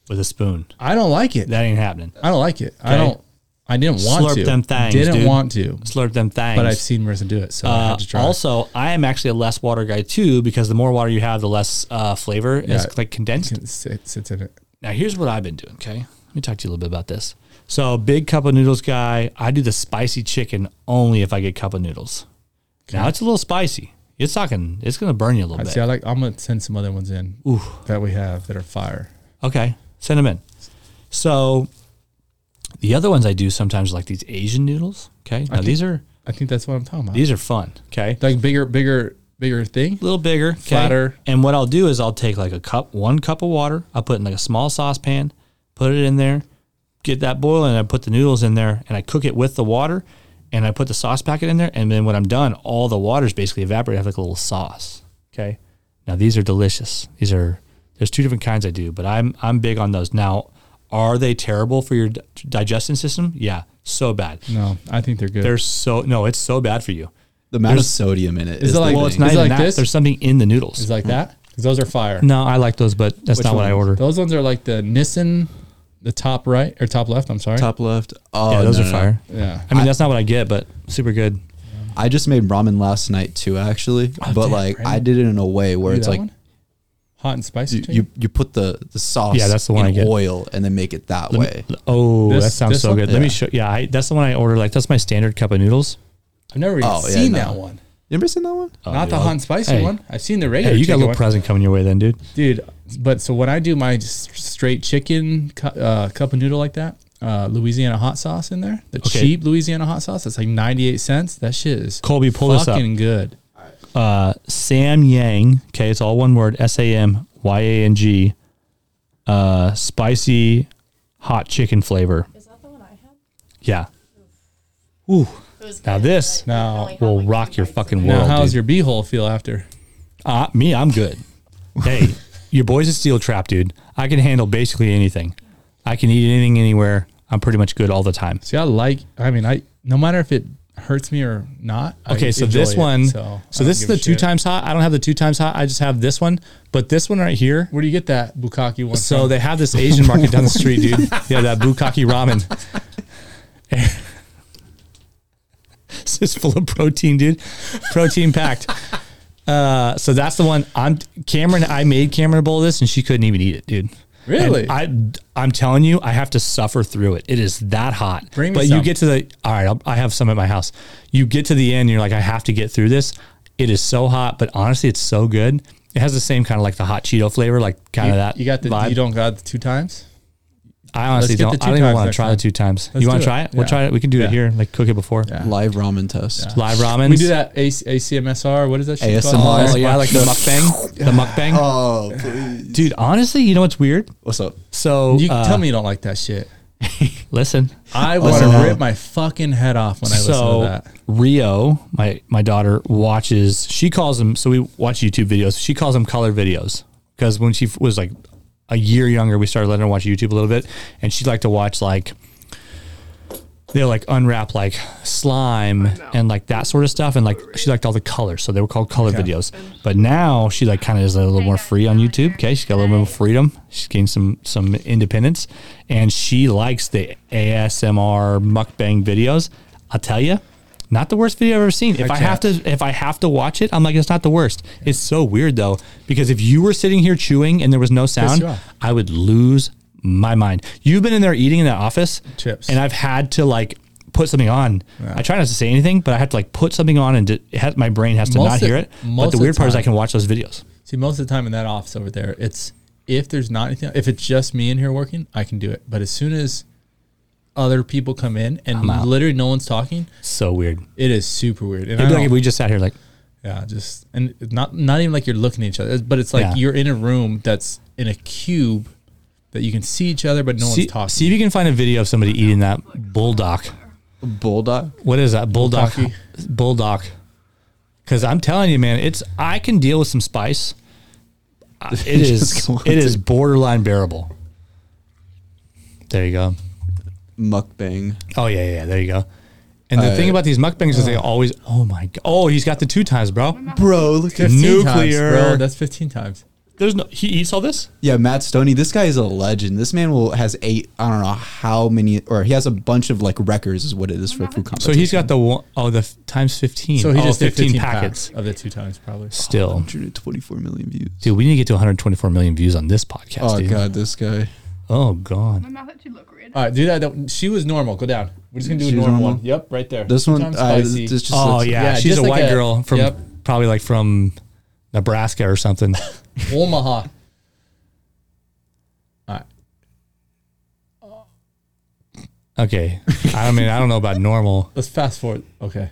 A: with a spoon.
C: I don't like it.
A: That ain't happening.
C: I don't like it. I
A: Okay.
C: don't. I didn't want
A: Slurp
C: to.
A: them things,
C: Didn't
A: dude.
C: want to.
A: Slurp them things.
C: But I've seen Marissa do it, so I
A: Uh,
C: had to try.
A: also, I am actually a less water guy too because the more water you have, the less uh, flavor
C: Yeah.
A: is like condensed.
C: it sits, sits in it.
A: Now, here's what I've been doing. Okay, let me talk to you a little bit about this. So, big cup of noodles guy. I do the spicy chicken only if I get cup of noodles. Now it's a little spicy. It's talking. It's gonna burn you a little
C: I
A: bit.
C: see. I like. I'm gonna send some other ones in that we have that are fire.
A: Okay, send them in. So the other ones I do sometimes are like these Asian noodles. Okay, now these are
C: I think that's what I'm talking about.
A: these are fun. Okay,
C: like bigger, bigger, bigger thing.
A: a little bigger, 'kay?
C: Flatter.
A: And what I'll do is I'll take like a cup, one cup of water. I put it in like a small saucepan, put it in there, get that boiling, and I put the noodles in there, and I cook it with the water, and I put the sauce packet in there, and then when I'm done, all the water's basically evaporated. I have like a little sauce. Okay, now these are delicious. These are there's two different kinds I do, but I'm I'm big on those. Now, are they terrible for your d- digestion system? Yeah, so bad.
C: No, I think they're good.
A: They're so no, it's so bad for you.
B: The amount of
A: There's-
B: sodium in it
C: Is
B: is
C: it like-
B: the
A: Well, it's
B: thing.
A: not
C: Is it
A: even
C: like
A: that.
C: this?
A: There's something in the noodles.
C: It's like that. 'Cause those are fire.
A: Mm-hmm. No, I like those, but that's not what I ordered.
C: Those ones are like the Nissan, the top right or top left. I'm sorry.
B: top left. Oh,
A: yeah, those
B: no,
A: are
B: no, no.
A: fire.
C: Yeah.
A: I mean, that's not what I get, but super good.
B: I just made ramen last night too, actually. but
A: Oh,
C: damn,
B: like
C: Brandon.
B: I did it in a way where
C: Do
B: it's
C: that
B: like
C: one? hot and spicy.
B: you,
C: chicken?
B: you you put the the sauce
A: Yeah, that's the one I
B: in
A: get.
B: oil and then make it that way.
A: Oh,
C: This-
A: that sounds
C: this
A: so
C: one?
A: good. Let me
B: Yeah.
A: show. Yeah, I, that's the one I ordered. Like that's my standard cup of noodles.
C: I've never even
B: Oh, yeah,
C: seen
B: no.
C: that one.
B: You ever seen that one?
C: Not the hot and spicy
A: Oh, Hey.
C: one. I've seen the regular.
A: Hey, you got a
C: chicken
A: little
C: one.
A: present coming your way then, dude.
C: dude. But so when I do my s- straight chicken cu- uh, cup of noodle like that, uh, Louisiana hot sauce in there, the
A: Okay.
C: cheap Louisiana hot sauce that's like ninety eight cents. That shit is
A: Colby, pull this up.
C: fucking good.
A: Uh, Sam Yang. Okay, it's all one word. S A M Y A N G. Uh, spicy hot chicken flavor.
F: Is that the one I had?
A: Yeah,
F: It was
A: Now
F: good,
A: this
F: but I
C: now
F: only had
A: will
F: like two
A: rock your
F: bites of
A: fucking
F: it.
A: world.
C: now, how's
A: dude.
C: your beehole feel after?
A: Uh, me, I'm good. Hey, your boy's a steel trap, dude. I can handle basically anything. I can eat anything anywhere. I'm pretty much good all the time.
C: See, I like. I mean, I no matter if it hurts me or not. I
A: Okay, so
C: enjoy
A: this
C: it,
A: one,
C: I
A: so,
C: don't
A: this is
C: give a
A: the two
C: shit.
A: times hot. I don't have the two times hot. I just have this one, but this one right here.
C: Where do you get that bukkake one?
A: So
C: from?
A: they have this Asian market down the street, dude. Yeah, that bukkake ramen. it's just full of protein, dude. Protein packed. Uh, so that's the one. I'm Cameron. I made Cameron a bowl of this, and she couldn't even eat it, dude.
C: Really?
A: And I I'm telling you, I have to suffer through it. It is that hot.
C: Bring me
A: but
C: some.
A: you get to the all right. I'll, I have some at my house. You get to the end, you're like, I have to get through this. It is so hot, but honestly, it's so good. It has the same kind of like the hot Cheeto flavor, like kind
C: you,
A: of that.
C: you got the
A: uh, vibe.
C: you don't got the two times.
A: I honestly
C: Let's get
A: don't.
C: the two
A: I don't even
C: times
A: want to
C: next
A: try
C: time.
A: the two times.
C: Let's
A: you want to
C: do it.
A: try it? We'll
C: Yeah.
A: try it. We can do
C: Yeah.
A: it here, like cook it before.
C: Yeah.
B: Live ramen test.
A: Live ramen.
C: We do that A- ACMSR. What is that? shit called?
B: ASMR.
A: Oh yeah, like the mukbang. The mukbang.
B: Oh please.
A: Dude, honestly, you know what's weird?
B: What's up?
A: So
C: You
A: uh,
C: tell me you don't like that shit.
A: Listen,
C: I want to
B: no.
C: rip my fucking head off when I
A: so
C: listen to that.
A: Rio, my my daughter watches. She calls them. So we watch YouTube videos. She calls them color videos because when she f- was like a year younger, we started letting her watch YouTube a little bit, and she liked to watch like they'll like unwrap like slime and like that sort of stuff, and like she liked all the colors, so they were called color videos. But now she like kind of is a little more free on YouTube. Okay, she's got a little bit more freedom. She's gained some some independence, and she likes the ASMR mukbang videos. I'll tell you. Not the worst video I've ever seen. If I, have to, if I have to watch it, I'm like, it's not the worst. It's so weird though, because if you were sitting here chewing and there was no sound,
C: you off.
A: I would lose my mind. You've been in there eating in that office,
C: Chips.
A: and I've had to like put something on. I try not to say anything, but I have to like put something on, and it has, my brain has to
C: Most
A: not
C: of-
A: hear it.
C: most
A: But the
C: of
A: weird part is
C: time-
A: I can watch those videos.
C: See, most of the time in that office over there, it's if there's not anything, if it's just me in here working, I can do it. But as soon as other people come in and
A: out.
C: literally no one's talking,
A: So weird.
C: it is super weird. And I
A: It'd be like
C: don't-
A: if we just sat here, like
C: yeah, just and not not even like you're looking at each other, but it's like
A: Yeah.
C: you're in a room that's in a cube that you can see each other, but no
A: see,
C: one's talking.
A: see if you can find a video of somebody eating that bulldog.
B: Bulldog.
A: What is that bulldog?
C: Bukkake.
A: Bulldog. Because I'm telling you, man, it's I can deal with some spice. Uh, It is
B: Just go on
A: it
B: to-
A: is borderline bearable. There you go.
B: Mukbang.
A: Oh yeah, yeah, yeah, there you go. And the
C: Uh,
A: thing about these mukbangs is they always, oh my god, oh he's got the two times, bro.
B: Bro, look at
C: 15 times,
A: nuclear.
C: bro. That's 15 times.
A: There's no. He eats all this.
B: Yeah, Matt Stoney, this guy is a legend. This man will has eight, I don't know how many, or he has a bunch of like records, is what it is for food
A: So
B: competition.
A: he's got the one oh the f- times fifteen.
C: So he
A: Oh,
C: just did
A: 15
C: 15 packets of the two times probably.
A: Still,
B: 124 million views.
A: dude, we need to get to 124 million views on this podcast.
B: Oh
A: dude.
B: god, this guy.
A: Oh god.
F: My mouth actually look red.
C: All right, do that. Don't, she was normal. Go down. We're just gonna do
B: She
C: a
B: was
C: normal,
B: normal?
C: one. Yep, right there.
B: This
C: Two
B: one,
C: times
B: uh, this
C: spicy.
B: just
A: Oh
B: looks-
A: yeah,
C: yeah,
A: she's
C: just
A: a
C: like
A: white
C: a-
A: girl from
C: yep.
A: probably like from Nebraska or something.
C: Omaha. All right.
A: Okay, I mean I don't know about normal.
C: Let's fast forward. Okay.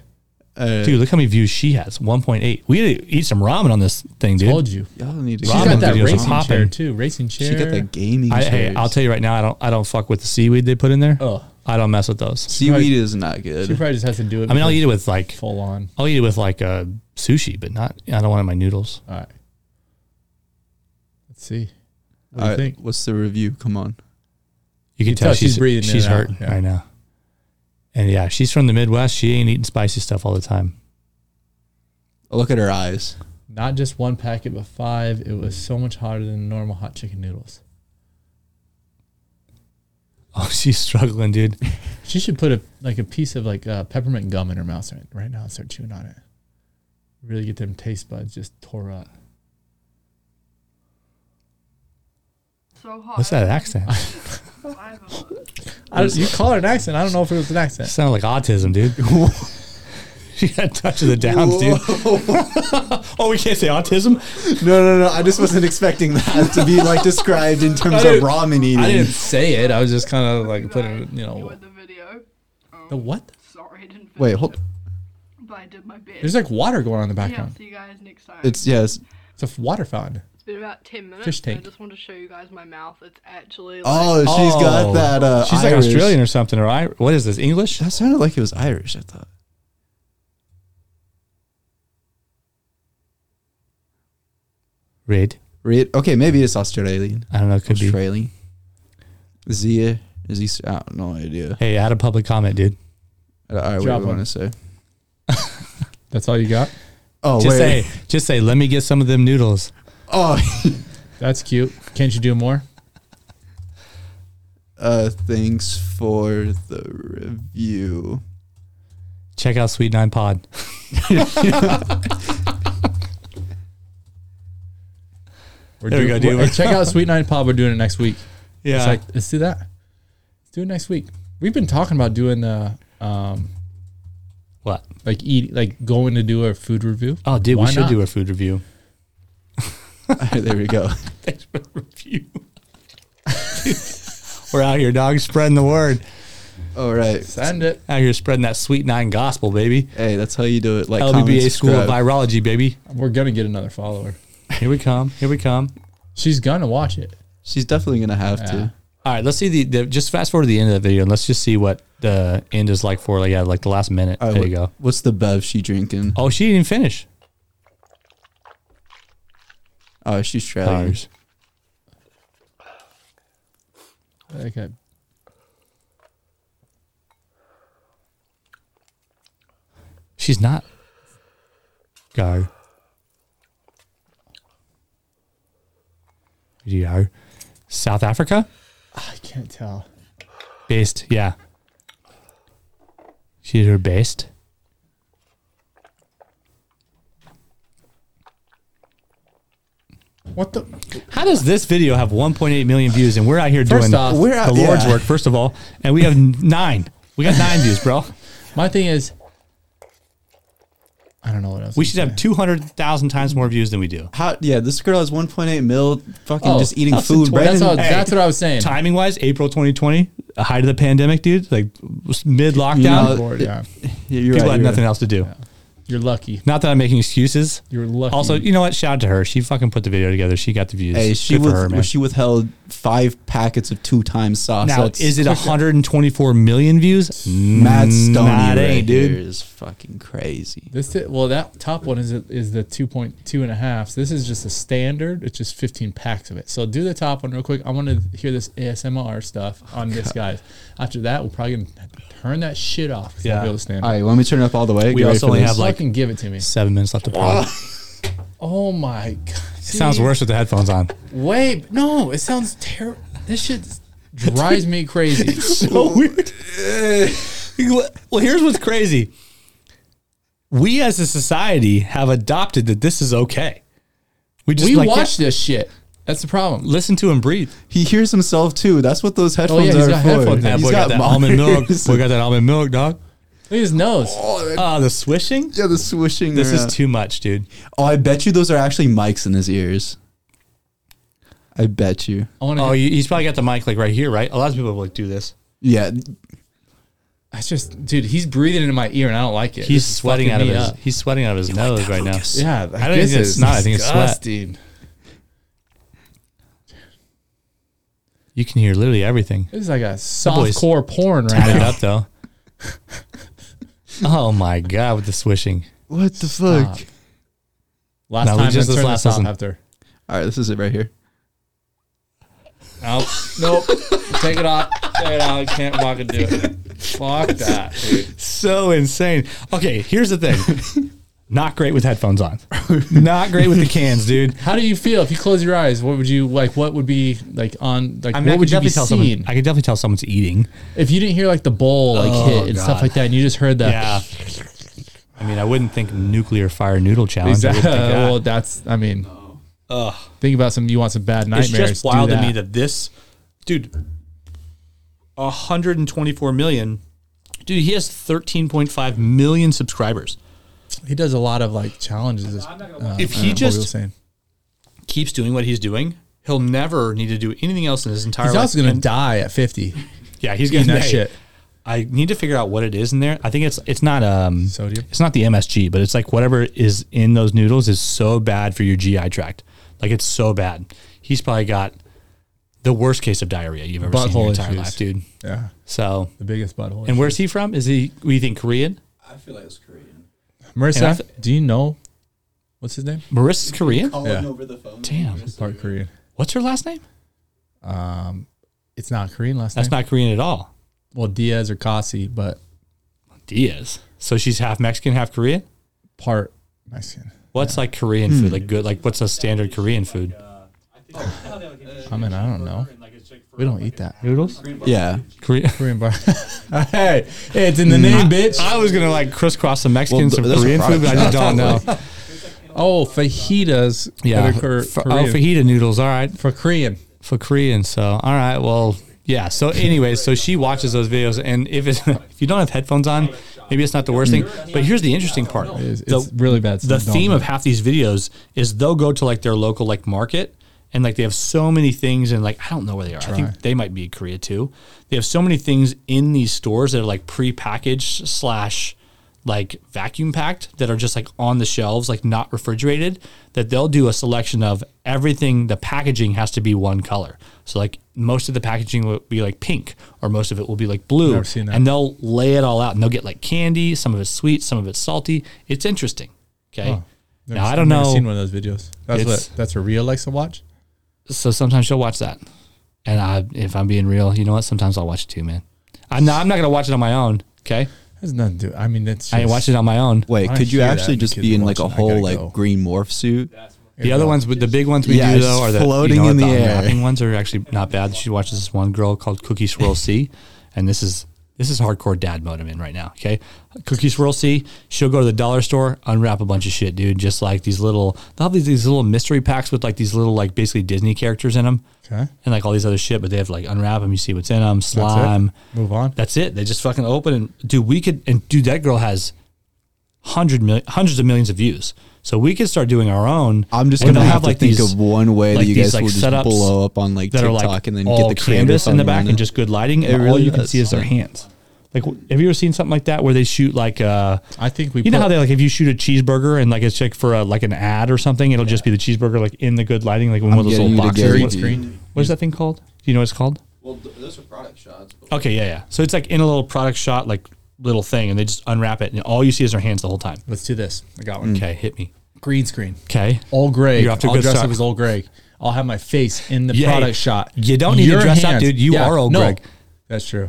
B: uh,
A: Dude, look how many views she has. 1.8. We need to eat some ramen on this thing, dude.
C: Told you.
B: Y'all need to
A: She's
C: She
A: Ramen
C: got that
A: videos are
C: racing chair
A: popping.
C: too. Racing chair.
B: She got the gaming.
A: I, hey,
B: chairs.
A: I'll tell you right now, I don't I don't fuck with the seaweed they put in there.
C: Oh,
A: I don't mess with those.
B: Seaweed is not
C: she
B: good.
C: probably just has to do it.
A: I mean, I'll eat it with like
C: full on.
A: I'll eat it with like uh, sushi, but not I don't want it in my noodles.
C: All right. Let's see. What do
B: All
C: you
B: right,
C: think?
B: what's the review? Come on.
A: You can tell, she's, breathing.
C: in
A: She's
C: and out,
A: hurt
C: yeah.
A: right now. And yeah, she's from the Midwest. She ain't eating spicy stuff all the time.
B: Oh, look at her eyes.
C: Not just one packet, but five. It was so much hotter than normal hot chicken noodles.
A: Oh, she's struggling, dude.
C: She should put a like a piece of like uh, peppermint gum in her mouth right, right now and start chewing on it. Really get them taste buds just tore up.
F: So hot.
A: What's that accent?
F: I have a-
C: I don't, you call it an accent. I don't know if it was an accent.
A: Sounded like autism, dude. she got a touch of the downs, dude. oh, we can't say autism.
B: No, no, no. I just wasn't expecting that to be like described in terms of ramen eating.
A: Mm.
C: say it. I was just kind of like
F: putting,
C: you
F: enjoyed the video.
C: the what?
F: Sorry, I didn't. Finish
B: Wait, hold.
F: It, but I did my best.
C: There's like water going on in the
F: yeah, I'll
C: background.
F: see you guys next time.
B: It's yes.
C: It's a f- water fountain.
F: it's been about ten minutes.
C: Fish
F: and
C: tank.
F: I just wanted to show you guys my mouth. It's actually.
B: Oh,
F: like,
B: she's got
A: Oh.
B: that. Uh,
A: She's like
B: Irish-
A: Australian or something, or I, what is this English?
B: That sounded like it was Irish. I thought.
A: Red.
B: Re- Okay, maybe it's Australian.
A: I don't know. It could be.
B: Australian. Zia. Is he? I have no idea. Uh,
A: Hey, add a public comment, dude.
B: All right, what do
C: Drop
B: you want to
C: one.
B: say?
C: That's all you got.
B: Oh,
A: Just
B: wait.
A: say, just say. Let me get some of them noodles.
B: Oh,
C: That's cute. Can't you do more?
B: uh, thanks for the review.
A: Check out Sweet Nine Pod.
C: We're
A: There we
C: doing-
A: go, dude.
C: we're- hey, check out Sweet Nine Pod. We're doing it next week.
A: Yeah.
C: It's like let's do that. Let's do it next week. We've been talking about doing the um
A: what?
C: like eat like going to do a food review.
A: Oh, dude,
C: Why
A: we should
C: not?
A: do a food review.
B: there we go.
A: Thanks for the review. We're out here, dog, spreading the word.
B: All right.
C: Send it.
A: Out here spreading that sweet nine gospel, baby.
B: Hey, that's how you do it. Like
A: LBBA School of
B: Viral.
A: Virology, baby.
C: We're gonna get another follower.
A: Here we come. Here we come.
C: She's gonna watch it.
B: She's definitely gonna have
C: Yeah.
B: to.
A: All right, let's see the, the just fast forward to the end of the video and let's just see what the end is like for like yeah, like the last minute.
B: All right,
A: there
B: what-
A: you go.
B: Oh, What's the bev she drinking?
A: Oh, she didn't even finish.
B: Oh, she's Australian.
A: Dollars.
C: Okay.
A: She's not. Go. Video. South Africa?
C: I can't tell.
A: Based, yeah. She did her best.
C: What the
A: How does this video have 1.8 million views and we're out here
C: First
A: doing
C: off,
B: we're out-
A: the Lord's
B: yeah.
A: work, first of all, and we have nine. We got nine views, bro.
C: my thing is I don't know what else.
A: We
C: to
A: should have
C: say.
A: 200,000 times more views than we do.
B: How? Yeah, this girl has 1.8 mil. Fucking
C: Oh,
B: just eating
A: that's a
B: food.
A: tw-
B: Brandon,
C: that's, how,
A: Hey,
C: that's what I was saying.
A: Timing wise, April 2020, height of the pandemic, dude, like mid lockdown.
B: know,
C: Bored, yeah.
B: Yeah, you're
A: people
B: right,
A: had
B: you're
A: nothing
B: right.
A: else to do.
C: You're lucky.
A: Not that I'm making excuses.
C: You're lucky.
A: Also, you know what? Shout out to her. She fucking put the video together. She got the views.
B: Hey, she
A: Good
B: with,
A: for her, man.
B: she withheld five packets of two times sauce.
A: now,
B: That's-
A: is it Mm, 124 million views?
B: Matt Stoney
A: Not a,
B: right
A: dude.
B: here is fucking crazy.
C: This di- well, that top one is is the two point two and a half. So this is just a standard. It's just fifteen packs of it. So do the top one real quick. I want to hear this ASMR stuff on this guys. After that, we're probably gonna turn that shit off. 'cause I won't
A: Yeah.
C: be able to stand.
B: All
C: I
B: right, let me turn it up all the way.
A: We
B: Get ready
A: also
B: for
A: only
B: this.
A: have, like-
C: fucking give it to me.
A: Seven minutes left to play.
C: Oh my god,
A: It sounds worse with the headphones on.
C: Wait, no, it sounds terrible. This shit drives me crazy.
A: so weird. well, here's what's crazy. We as a society have adopted that this is okay. We just
C: We
A: like,
C: watch
A: yeah,
C: this shit. That's the problem.
A: listen to and breathe.
B: He hears himself too. That's what those headphones
C: he's
B: are
C: got
B: for.
C: headphones.
A: That
B: He's
A: boy Oh, got, that almond milk.
B: monitors.
A: We got that almond milk, dog.
C: Look at his nose.
A: Ah, the swishing.
B: yeah, the swishing.
A: This is
B: around.
A: too much, dude.
B: Oh, I bet you those are actually mics in his ears. I bet you.
C: I want to.
A: Oh, you- he's probably got the mic like right here, right? A lot of people like do this.
B: Yeah,
C: That's just, dude. He's breathing into my ear, and I don't like it.
A: He's
C: This is
A: sweating out
C: fucking
A: of
C: me
A: his.
C: up.
A: He's sweating out of his nose right now.
C: Yeah,
A: I don't think it's not. I think it's sweat.
C: sweat.
A: You can hear literally everything.
C: This is like a
A: boy's-
C: softcore porn right
A: Add it
C: now.
A: up though. oh my god, with the swishing.
B: What the fuck?
C: Last
A: No, we
C: time,
A: just-
C: just
A: this
C: turn
A: last
C: this off
A: listen.
C: after.
B: All right, this is it right here.
C: Nope. nope. Take it off. Take it off. I can't fucking do it. Fuck that. Dude.
A: So insane. Okay, here's the thing. Not great with headphones on. Not great with the cans, dude.
C: How do you feel if you close your eyes? What would you like? What would be like on like?
A: I mean, I
C: what
A: could
C: would you
A: definitely
C: be
A: tell
C: seeing
A: someone. I could definitely tell someone's eating.
C: if you didn't hear like the bowl like
A: Oh,
C: hit and stuff
A: God.
C: like that, and you just heard that?
A: Yeah. I mean, I wouldn't think nuclear fire noodle challenge.
C: Is that-
A: I wouldn't think that.
C: well, that's. I mean, think about some. You want some bad
A: it's
C: nightmares?
A: just
C: do
A: wild to
C: that.
A: me that this dude 124 million dude he has 13.5 million subscribers
C: he does a lot of like challenges. uh,
A: If
C: uh,
A: he
C: what
A: just-
C: we were saying.
A: keeps doing what he's doing he'll never need to do anything else in his entire
C: he's
A: life
C: also gonna
A: And-
C: die at fifty.
A: yeah he's gonna
C: Eating that
A: hey,
C: shit.
A: i need to figure out what it is in there i think it's it's not um
C: Sodium?
A: it's not the msg but it's like whatever is in those noodles is so bad for your gi tract like it's so bad he's probably got the worst case of diarrhea you've ever seen in
C: Butthole
A: your entire
C: issues.
A: life dude
C: Yeah,
A: so
C: the biggest butthole.
A: And where's he from? Is he? We think Korean.
B: I feel like it's Korean.
A: and
C: Marissa,
A: I th-
C: do you know what's his name?
A: Marissa's Korean.
B: Calling
C: Yeah.
B: over the phone.
A: Damn.
C: Part Korean.
A: What's her last name?
C: Um, it's not Korean last
A: That's
C: name.
A: not Korean at all.
C: well Diaz or Kasi, but
A: Diaz. So she's half Mexican, half Korean.
C: part Mexican.
A: What's like Korean food? Like good. Like what's a standard Korean food?
C: I mean, I don't know. We don't eat that.
A: Noodles.
B: Yeah.
A: Korean.
C: Korean bar. hey, hey, it's in
A: Mm.
C: the name, bitch.
A: I was gonna like crisscross some
B: Well,
A: Mexican,
B: th-
A: some
B: those are
A: Korean food,
B: product
A: but I just don't know.
B: shots,
C: Oh, fajitas.
A: Yeah.
C: For, the Kor-
A: For, oh,
C: Korean.
A: fajita noodles. All right.
C: For Korean.
A: For Korean. So all right. Well. Yeah. So, anyways, so she watches those videos, and if it's, if you don't have headphones on, maybe it's not the worst thing. But here's the interesting part:
C: It's,
A: The-
C: it's really bad.
A: the
C: Don't
A: theme
C: do
A: of
C: it.
A: half these videos is they'll go to like their local like market and like they have so many things and like I don't know where they are. I think they might be Korea too. They have so many things in these stores that are like prepackaged slash like vacuum packed that are just like on the shelves, like not refrigerated. That they'll do a selection of everything. The packaging has to be one color. So like most of the packaging will be like pink, or most of it will be like blue.
C: Never seen that.
A: And they'll lay it all out, and they'll get like candy. Some of it's sweet, some of it's salty. It's interesting. Okay.
C: Never
A: Now, I
C: seen-
A: don't
C: never
A: know.
C: Seen one of those videos. That's
A: It's-
C: what. That's what Ria likes to watch.
A: So sometimes she'll watch that, and I, if I'm being real, you know what? Sometimes I'll watch it too, man. I'm not. I'm not gonna watch it on my own. Okay.
C: Has nothing to do. I mean, that's. Just,
A: I ain't watching it on my own.
B: Wait,
C: Why
B: could you
C: hear that?
B: actually just
C: Because
B: be in
C: I'm
B: like a
C: watching, I
B: whole
C: gotta
B: like
C: go.
B: green morph suit?
A: The other ones, with the big ones we
B: Yeah,
A: do
B: it's
A: though, are the
B: floating
A: you know,
B: in the air.
A: wrapping ones are actually not bad. She watches this one girl called Cookie Swirl C, and this is this is hardcore dad mode I'm in right now. Okay, Cookie Swirl C, she'll go to the dollar store, unwrap a bunch of shit, dude. Just like these little, they'll have these, these little mystery packs with like these little like basically Disney characters in them,
C: Okay.
A: and like all these other shit. But they have to, like unwrap them, you see what's in them, slime.
C: Move on.
A: That's it. They just fucking open and dude, we could and dude, that girl has hundred million, hundreds of millions of views. So we could start doing our own.
B: I'm just
A: and
B: gonna
A: they'll
B: have, to think of one way
A: like
B: that you
A: these,
B: guys
A: like,
B: will just
A: setups
B: blow up on like
A: that
B: TikTok
A: are like
B: and then
A: all
B: get the
A: canvas
B: creators
A: in the back and just good lighting, and all
B: really
A: you can
B: does.
A: see is their hands. Like, w- have you ever seen something like that where they shoot like uh,
C: I think we.
A: you know
C: put-
A: how they like if you shoot a cheeseburger and like it's like for a, like an ad or something, it'll just be the cheeseburger like in the good lighting, like in one of those
B: getting
A: little
B: you to
A: boxes.
B: Gary
A: What-
B: Vee.
C: screen.
A: What is that thing called? Do you know what it's called?
B: Well, those are product shots.
A: Okay, yeah, yeah. So it's like in a little product shot, like little thing, and they just unwrap it, and all you see is their hands the whole time.
C: Let's do this. I got one.
A: Okay, hit me.
C: Green screen.
A: Okay.
C: All gray.
A: You're off to a
C: I'll
A: good
C: dress
A: start.
C: up as old Greg. I'll have my face in the
A: Yeah,
C: product shot.
A: you don't need to dress up, dude. You are old Greg.
C: That's true.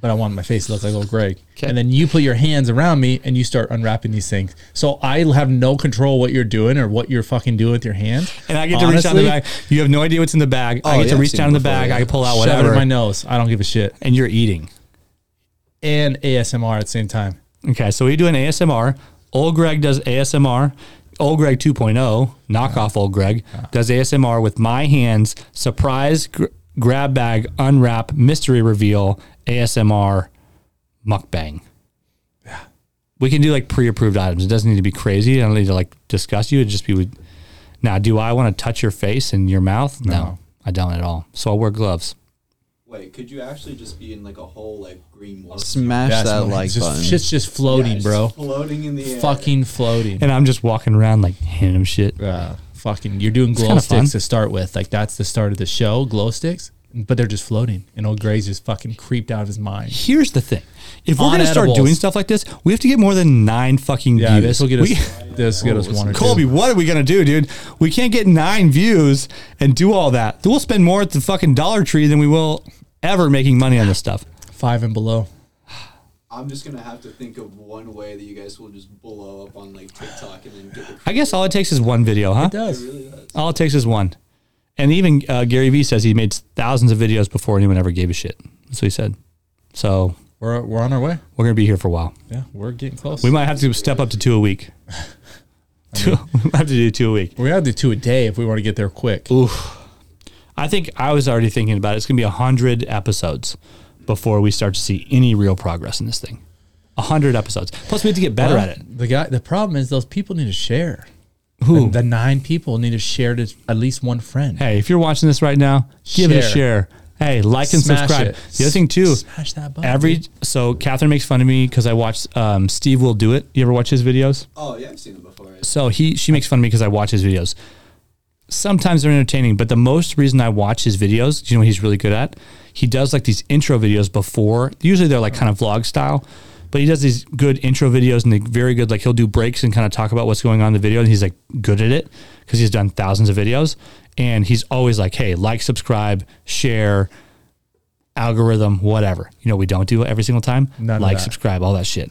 C: but I want my face to look like little Greg.
A: Okay.
C: And then you put your hands around me and you start unwrapping these things. So I have no control what you're doing or what you're fucking doing with your hands.
A: And I get to reach down in the bag. You have no idea what's in the bag. I get
B: Oh, yeah,
A: to
B: I've
A: reach
B: seen
A: down in
B: it
A: the
B: before,
A: bag.
B: yeah.
A: I pull out
C: Shove it
A: whatever,
C: in my nose. I don't give a shit.
A: and you're eating.
C: And ASMR at the same time.
A: Okay, so we do an ASMR. Old Greg does ASMR. Old Greg 2.0, knockoff Old Greg, does ASMR with my hands, surprise, gr- grab bag, unwrap, mystery reveal, ASMR, mukbang. Yeah. We can do like pre approved items. It doesn't need to be crazy. I don't need to like discuss you. It'd just be with. Now, do I want to touch your face and your mouth? No, I don't at all. So I'll wear gloves.
G: Wait, could you actually just be in like a whole like green water?
B: Smash
C: That's
B: that
C: what-
B: like
C: it's just,
B: button.
C: Shit's just floating,
G: It's
C: bro.
G: just Floating in the air.
C: Fucking floating.
A: And I'm just walking around like handing them shit.
C: Uh, fucking, you're doing glow
A: kinda fun.
C: sticks to start with. Like that's the start of the show, glow sticks. But they're just floating, and old Gray's just fucking creeped out of his mind.
A: Here's the thing. If we're
C: On
A: going to start
C: edibles.
A: doing stuff like this, we have to get more than nine fucking
C: Yeah,
A: views.
C: this will get us.
A: We- Oh,
C: this will get us one or
A: Colby,
C: two.
A: what are we going to do, dude? We can't get nine views and do all that. We'll spend more at the fucking Dollar Tree than we will ever making money on this stuff.
C: five and below.
G: I'm just gonna have to think of one way that you guys will just blow up on like TikTok and then get the.
A: I guess all it takes is one video, huh?
C: does.
A: All it takes is one. And even uh, Gary Vee says he made thousands of videos before anyone ever gave a shit. That's what he said. So
C: We're we're on our way.
A: we're going to be here for a while.
C: Yeah, we're getting close.
A: We
C: We
A: might have to step up to two a week. Two, we might have to do two a week.
C: are gonna have to do two a day if we want to get there quick.
A: I think I was already thinking about it. It's going to be 100 episodes before we start to see any real progress in this thing. 100 episodes. Plus, we have to get better at it.
C: The guy. The problem is those people need to share. Who? The, the nine people need to share to at least one friend.
A: Hey, if you're watching this right now, give it a share. Hey, like and
C: Smash
A: subscribe.
C: it.
A: The other thing, too,
C: Smash that button.
A: every
C: dude.
A: so Catherine makes fun of me because I watched um, Steve Will Do It. You ever watch his videos?
G: Oh yeah, I've seen it before. It's
A: So he she makes fun of me because I watch his videos. Sometimes they're entertaining, but the most reason I watch his videos, do you know what he's really good at? He does like these intro videos before. Usually they're like kind of vlog style, but he does these good intro videos and they very good. Like he'll do breaks and kind of talk about what's going on in the video, and he's like good at it because he's done thousands of videos. And he's always like, "Hey, like, subscribe, share, algorithm, whatever." You know, what we don't do every single time.
C: None of
A: like,
C: that.
A: subscribe, all that shit.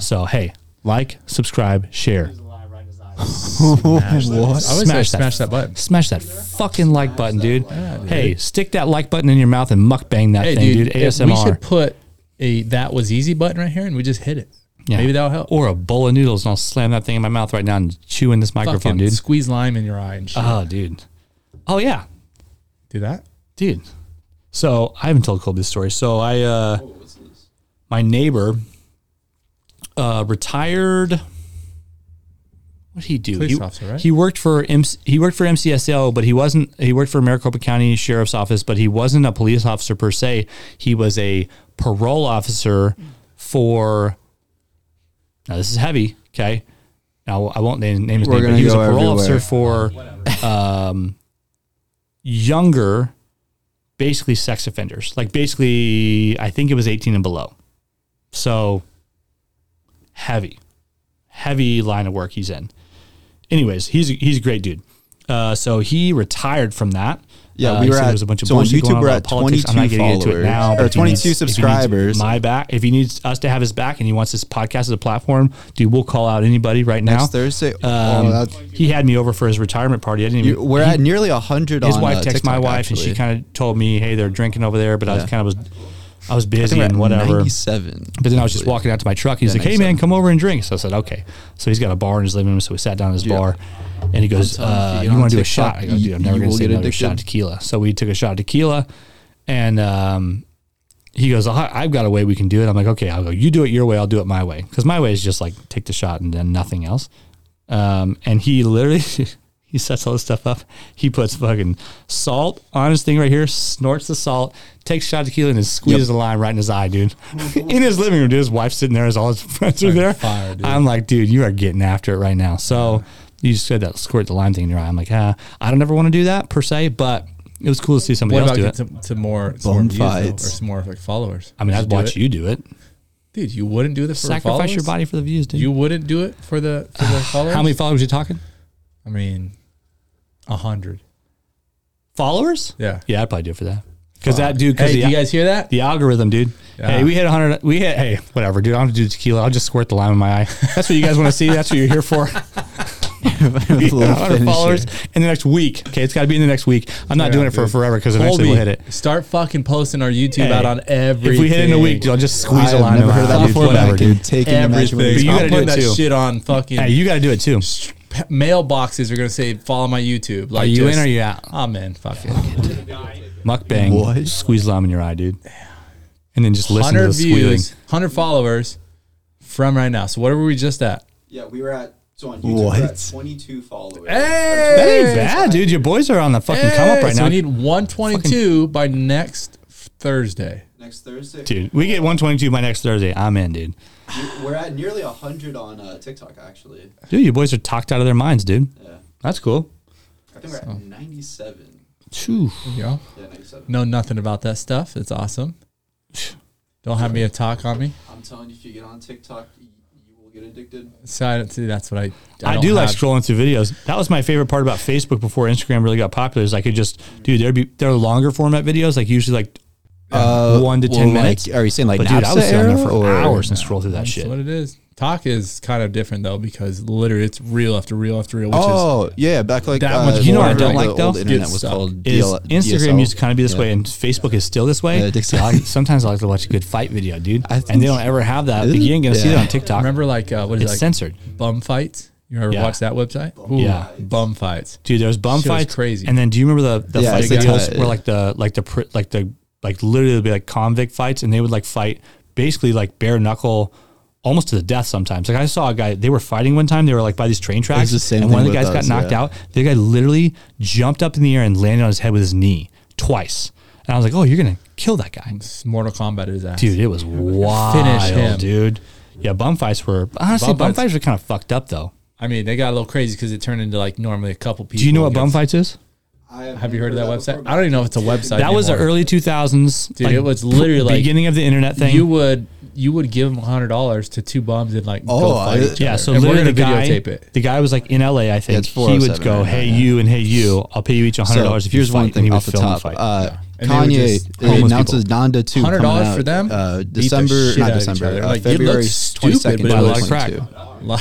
A: So hey, like, subscribe, share.
C: I always smash,
A: smash that.
C: smash that button.
A: Smash that fucking like button, dude. Hey, stick that like button in your mouth and mukbang that
C: Hey,
A: thing,
C: dude,
A: dude.
C: if We should
A: ASMR.
C: put a that was easy button right here, and we just hit it.
A: Yeah.
C: Maybe that'll help.
A: Or a bowl of noodles, and I'll slam that thing in my mouth right now and chew in this microphone,
C: Fucking
A: dude.
C: squeeze lime in your eye and shit.
A: Oh, dude. Oh, yeah,
C: Do that.
A: dude. So I haven't told Colby this story. So I, uh, my neighbor, uh, retired. What would he do?
C: Police
A: he,
C: officer, right?
A: he worked for MC, he worked for MCSO, but he wasn't. He worked for Maricopa County Sheriff's Office, but he wasn't a police officer per se. He was a parole officer for. Now this is heavy. Okay, now I won't name, name his
B: We're
A: name, but
B: gonna
A: he was a
B: go
A: parole officer
B: everywhere.
A: for um, younger, basically sex offenders. Like basically, I think it was eighteen and below. So heavy, heavy line of work he's in. Anyways, he's a, he's a great dude. Uh, so he retired from that.
B: Yeah,
A: Uh,
B: we
A: he
B: were
A: said
B: at-
A: there was a bunch of
B: so on
A: bullshit
B: YouTube,
A: going on
B: we're
A: about
B: at
A: politics. I'm not
B: 22
A: getting into it
B: followers.
A: now.
B: Or
A: but if he
B: 22
A: needs- if he needs
B: subscribers.
A: my back. If he needs us to have his back and he wants his podcast as a platform, dude, we'll call out anybody right now.
B: Next Thursday.
A: Um,
B: oh, that's,
A: he had me over for his retirement party. I didn't
B: you,
A: even.
B: we're
A: he-
B: at nearly hundred.
A: his
B: on,
A: wife
B: uh,
A: texted my
B: TikTok,
A: wife
B: actually.
A: and she kind of told me, "Hey, they're drinking over there," but I was
B: Yeah.
A: kind of was, I was
B: I think
A: busy
B: we're at
A: and whatever.
B: 97.
A: But then I was just walking out to my truck. He's
B: Yeah,
A: like, "Hey, man, come over and drink." So I said, "Okay." So he's got a bar in his living room. So we sat down at his
B: Yeah.
A: bar, and he goes,
B: telling you, if you
A: uh,
B: get
A: "You
B: on
A: want to do a
B: TikTok,
A: shot?" I go,
B: you-
A: "Dude, I'm never going
B: you
A: to
B: will
A: say
B: get
A: another shot of
B: addicted."
A: tequila." So we took a shot of tequila, and um, he goes, "I- "I've got a way we can do it." I'm like, "Okay." I'll go. You do it your way. I'll do it my way because my way is just like take the shot and then nothing else. Um, and he literally he sets all this stuff up. He puts fucking salt on his thing right here, snorts the salt, takes a shot of tequila, and then squeezes the lime right in his eye, dude. in his living room, dude. His wife's sitting there, his all his friends are there.
C: fire, dude.
A: I'm like, dude, you are getting after it right now. So you just said that squirt the lime thing in your eye. I'm like, ah, I don't ever want to do that per se, but it was cool to see somebody
C: What
A: else
C: about
A: do it.
C: getting some, some more some more
B: Bone
C: views, though, or
B: fights.
C: some more like followers?
A: I mean,
C: Would
A: I'd watch
C: do it?
A: you do it.
C: dude. You wouldn't do this for
A: Sacrifice
C: followers?
A: your body for the views, dude.
C: You wouldn't do it for the for the followers.
A: How many followers you talking?
C: I mean, a hundred.
A: Followers?
C: Yeah.
A: Yeah, I'd probably do it for that. because that dude. Because
C: Hey,
A: the,
C: do you guys hear that?
A: the algorithm, dude.
C: Yeah.
A: Hey, we hit 100. We hit. Hey, whatever, dude. I don't do tequila. I'll just squirt the lime in my eye. That's what you guys want to see. That's what you're here for.
B: With a little
A: 100
B: finisher.
A: followers in the next week. Okay, it's got to be in the next week. I'm not doing it for forever because eventually
C: Colby,
A: we'll hit it.
C: Start fucking posting our YouTube
A: Hey,
C: out on every.
A: If we hit it in a week, dude, I'll just squeeze a
B: I've
A: line.
B: never
A: in my
B: heard of that
A: eye.
B: before.
A: Whatever,
B: but I
A: dude.
B: can take an
C: everything.
A: But you
C: I'm
A: gotta do
C: putting
A: it
C: that
A: too.
C: shit on fucking
A: Hey, you got to do it too.
C: p- mailboxes. Are gonna say follow my YouTube. Like,
A: Are you in
C: just-
A: or you out?
C: I'm in. Fuck it.
A: Mukbang.
B: What?
A: Squeeze lime in your eye, dude. And then just listen to the
C: Hundred
A: squealing.
C: views, hundred followers from right now. So what were we just at?
G: Yeah, we were at so on YouTube. We're
B: What?
G: at 22 followers.
A: That ain't bad, dude. Your boys are on the fucking come up
C: Hey,
A: right
C: so
A: now.
C: we need 122 by next Thursday.
G: Next Thursday,
A: dude, we get 122 by next Thursday. I'm in, dude.
G: we- we're at nearly 100 on uh, TikTok actually.
A: Dude, your boys are talked out of their minds, dude.
G: Yeah,
A: That's cool.
G: I think we're at 97.
A: Phew.
C: Yeah.
G: Yeah, 97.
C: Know nothing about that stuff. It's awesome. Don't have me a talk on me.
G: I'm telling you, if you get on TikTok, you, you will get addicted.
C: So I don't see. That's what I.
A: I,
C: don't
A: do like
C: have-
A: scrolling through videos. That was my favorite part about Facebook before Instagram really got popular. Is I could just, dude, there'd be there are longer format videos, like usually like
B: Uh,
A: one to
B: well,
A: ten
B: like,
A: minutes.
B: are you saying like
A: but dude, I
B: Napster
A: was sitting there
B: era
A: for
B: or-
A: hours and scroll through that
C: That's
A: shit.
C: what it is. Talk is kind of different though because literally it's reel after reel after reel, which is
B: Oh yeah, back like
C: That
B: uh,
C: much- you know what I
B: whatever
A: don't
B: the
A: like,
B: old
A: though?
B: Internet
C: Get
B: was
C: stuck.
B: called
A: Is
B: DL-
A: Instagram
B: DSL.
A: used to kind of be this way, and Facebook is still this way.
B: Yeah, it's-
A: See, I like- sometimes I like to watch a good fight video, dude,
B: Uh, I think-
A: and they don't ever have that. Like, you ain't gonna see
B: Yeah.
A: that on TikTok.
C: remember like uh, what is
A: Oh. it's
C: it, like
A: censored,
C: bum fights. You ever
A: Yeah.
C: watch that website?
A: Yeah.
C: bum fights.
A: dude. There's bum
C: Shit was
A: fights,
C: crazy.
A: And then do you remember the the
B: Yeah,
A: fight
B: it's like
A: videos
B: a-
A: where like the like the pr- like the like literally it'd be like convict fights, and they would like fight basically like bare knuckle. Almost to the death sometimes. Like I saw a guy, they were fighting one time. They were like by these train tracks,
B: the same
A: and one of
B: thing
A: the guys
B: with
A: got
B: us,
A: knocked
B: yeah.
A: out. The guy literally jumped up in the air and landed on his head with his knee twice. And I was like, "Oh, you're gonna kill that guy."
C: Mortal Kombat is ass.
A: dude. It was wild,
C: him.
A: dude. Yeah, bum fights were honestly
C: Bum
A: bum,
C: fights-
A: fights were kind of fucked up though.
C: I mean, they got a little crazy because it turned into like normally a couple people.
A: Do you know what bum
C: against-
A: fights is?
G: I have,
C: Have you heard of that website?
G: before,
C: I don't even know if it's a website.
A: That was the
C: anymore.
A: early two thousands.
C: Dude, it was literally like-
A: beginning of the internet thing.
C: You would you would give them hundred dollars to two bums and like
B: Oh,
C: go fight
B: I-
C: each
A: yeah,
C: other.
A: so
C: and we're
A: literally
C: gonna
A: the guy,
C: videotape it.
A: The guy was like in LA, I think.
B: it's
A: he would
B: 407
A: go,
B: right
A: "Hey
B: now,
A: you and hey you, I'll pay you each hundred dollars
B: So,
A: if you
B: here's
A: fight."
B: one
A: and he
B: thing
A: would
B: off the
A: film
B: top.
A: fight.
B: Uh,
C: And they were
B: Kanye
C: just
B: he
A: homeless
B: announces Donda two
C: $100
B: coming out,
C: for them?
B: Uh,
C: Beat the
B: December,
C: shit out
B: not
C: of each
B: December.
C: other.
B: Uh,
C: Like, you look
B: February
C: stupid,
B: twenty second.
C: but
A: I like crack.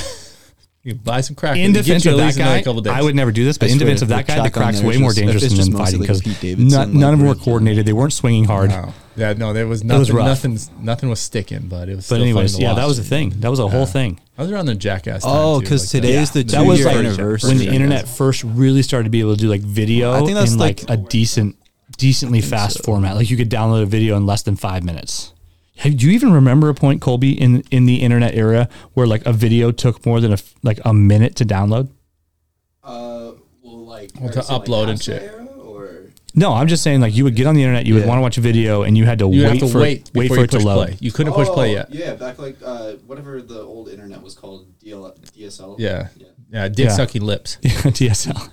C: you buy some crack.
A: in
C: and get
A: defense
C: you
A: of
C: at
A: that
C: least another
A: guy,
C: couple days.
A: I would never do this, but
B: I
A: in
B: swear,
A: defense of
B: the
A: that guy, the
B: track on
A: crack's
B: there
A: way
B: is
A: more
B: just-
A: dangerous
B: it's
A: than
B: just
A: them fighting
B: mostly like
A: because
B: Pete Davidson,
A: none, none of them
B: like,
A: were
B: Rihanna.
A: coordinated. They weren't swinging hard.
C: No. Yeah, no, there
A: was
C: was nothing.
A: rough.
C: nothing's nothing was sticking, but it was.
A: But
C: still
A: anyways,
C: fun to
A: yeah, that
C: watch.
A: was a thing. That was a whole thing.
C: I was around the jackass. time,
B: Oh,
C: too,
B: because
C: like that.
B: today is the
A: that was
B: two-year
A: like
B: anniversary.
A: when the internet first really started to be able to do like video
B: I think that's
A: in like,
B: like-
A: a decent, decently fast format. Like you could download a video in less than five minutes. Hey, Do you even remember a point, Colby, in in the internet era where like a video took more than a f- like a minute to download?
G: Uh, well, like
C: Well,
G: are
C: to
G: you saying, like,
C: upload and
G: Napster
C: shit.
G: era, Or
A: No, I'm just saying like you would get on the internet, you would
B: Yeah.
A: want to watch a video, and you had to
C: you
A: wait
C: have to
A: for
C: wait
A: wait
C: before
A: for
C: you
A: it to
C: push
A: load.
C: play. You couldn't push play
B: Oh,
C: yet.
G: Yeah, back like uh, whatever the old internet was called, DL, DSL.
C: Yeah,
G: yeah.
C: yeah, dick
A: Yeah.
C: sucking lips.
A: DSL.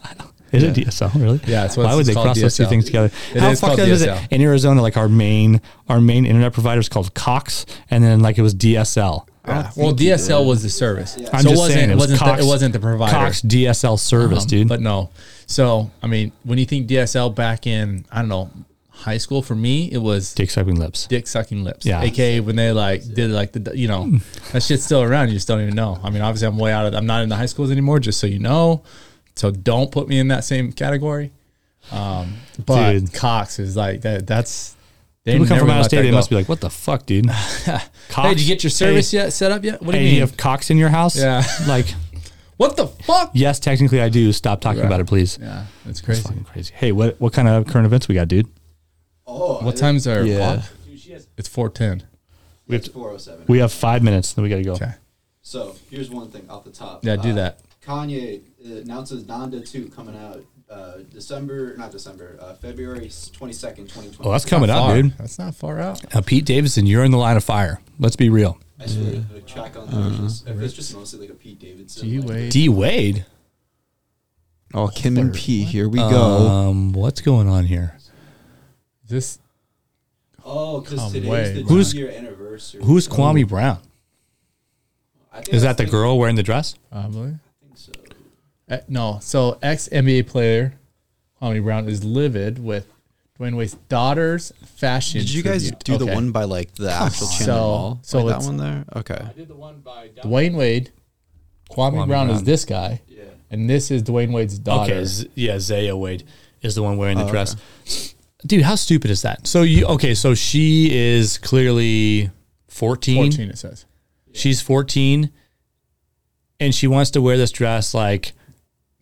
A: Is it DSL really?
C: Yeah, that's what
A: Why
C: it's-
A: would
C: it's
A: they
C: called
A: cross those two
C: DSL.
A: things together?
C: It
A: How
C: is
A: fucked
C: called
A: up is it
C: DSL.
A: in Arizona? Like our main our main internet provider is called Cox, and then like it was DSL.
C: Well, DSL was the service.
A: I'm
C: so it
A: just
C: wasn't
A: saying
C: it wasn't
A: Cox,
C: the, it wasn't the provider.
A: Cox DSL service, dude.
C: Uh-huh. But no. So, I mean, when you think DSL back in, I don't know, high school, for me, it was
A: Dick sucking lips.
C: dick sucking lips.
A: Yeah. Mm.
C: AKA when they like did like the, you know, that shit's still around. You just don't even know. I mean, obviously, I'm way out of, I'm not in the high schools anymore, just so you know. So don't put me in that same category. Um, but
A: Dude.
C: Cox is like, that. that's, they
A: People come
C: never
A: from out of
C: let
A: state,
C: that
A: they
C: go.
A: must be like, "What the fuck, dude? Cox,
C: hey, did you get your service
A: hey,
C: yet set up yet? What do
A: Hey,
C: you
A: you,
C: mean?
A: have Cox in your house?
C: Yeah.
A: Like,
C: what the fuck?
A: yes, technically I do. Stop talking about it, please.
C: Yeah, that's crazy.
A: Fucking crazy. Hey, what what kind of current events we got, dude?
G: Oh,
C: What time's our
B: Yeah.
C: pod? It's 410.
A: We have,
G: It's
A: to-
G: 407.
A: we have five minutes, then we got to go.
C: Okay.
G: so here's one thing off the top.
C: Yeah, do
G: Uh,
C: that.
G: Kanye uh, announces Donda 2 coming out uh, December, not December, uh, February 22nd, 2020.
A: Oh, that's coming up,
C: Far.
A: dude.
C: That's not far out.
A: Uh, Pete Davidson, you're in the line of fire. Let's be real.
G: I swear, the track on there is just, if it's just mostly like a Pete Davidson.
C: G
G: like,
C: Wade.
A: D Wade.
B: Oh, Kim and P. Here we go.
A: Um, what's going on here?
C: This
G: Oh, because
C: Come
G: today's
C: way,
G: the
A: man. Who's-
G: two-year anniversary.
A: Who's
B: Oh.
A: Kwame Brown?
G: I think
A: Is
G: that's
A: that the girl wearing the dress?
C: probably. Eh,
G: I think so.
C: Uh, no, so ex NBA player Kwame Brown is livid with Dwayne Wade's daughter's fashion.
B: Did you guys
C: tribute.
B: do the
C: Okay.
B: one by like the actual Chandler
C: So-
B: Mall?
C: so
B: like that
C: it's-
B: one there? Okay.
A: did the one by
C: Dwayne Wade, Kwame,
B: Kwame
C: Brown, is
B: Brown.
C: this guy,
G: Yeah.
C: and this is Dwayne Wade's daughter.
A: Okay, Z- yeah, Zaya Wade is the one wearing
B: Oh,
A: the dress. Dude, how stupid is that? So you okay? So she is clearly 14.
C: Fourteen, it says.
A: She's fourteen, and she wants to wear this dress. Like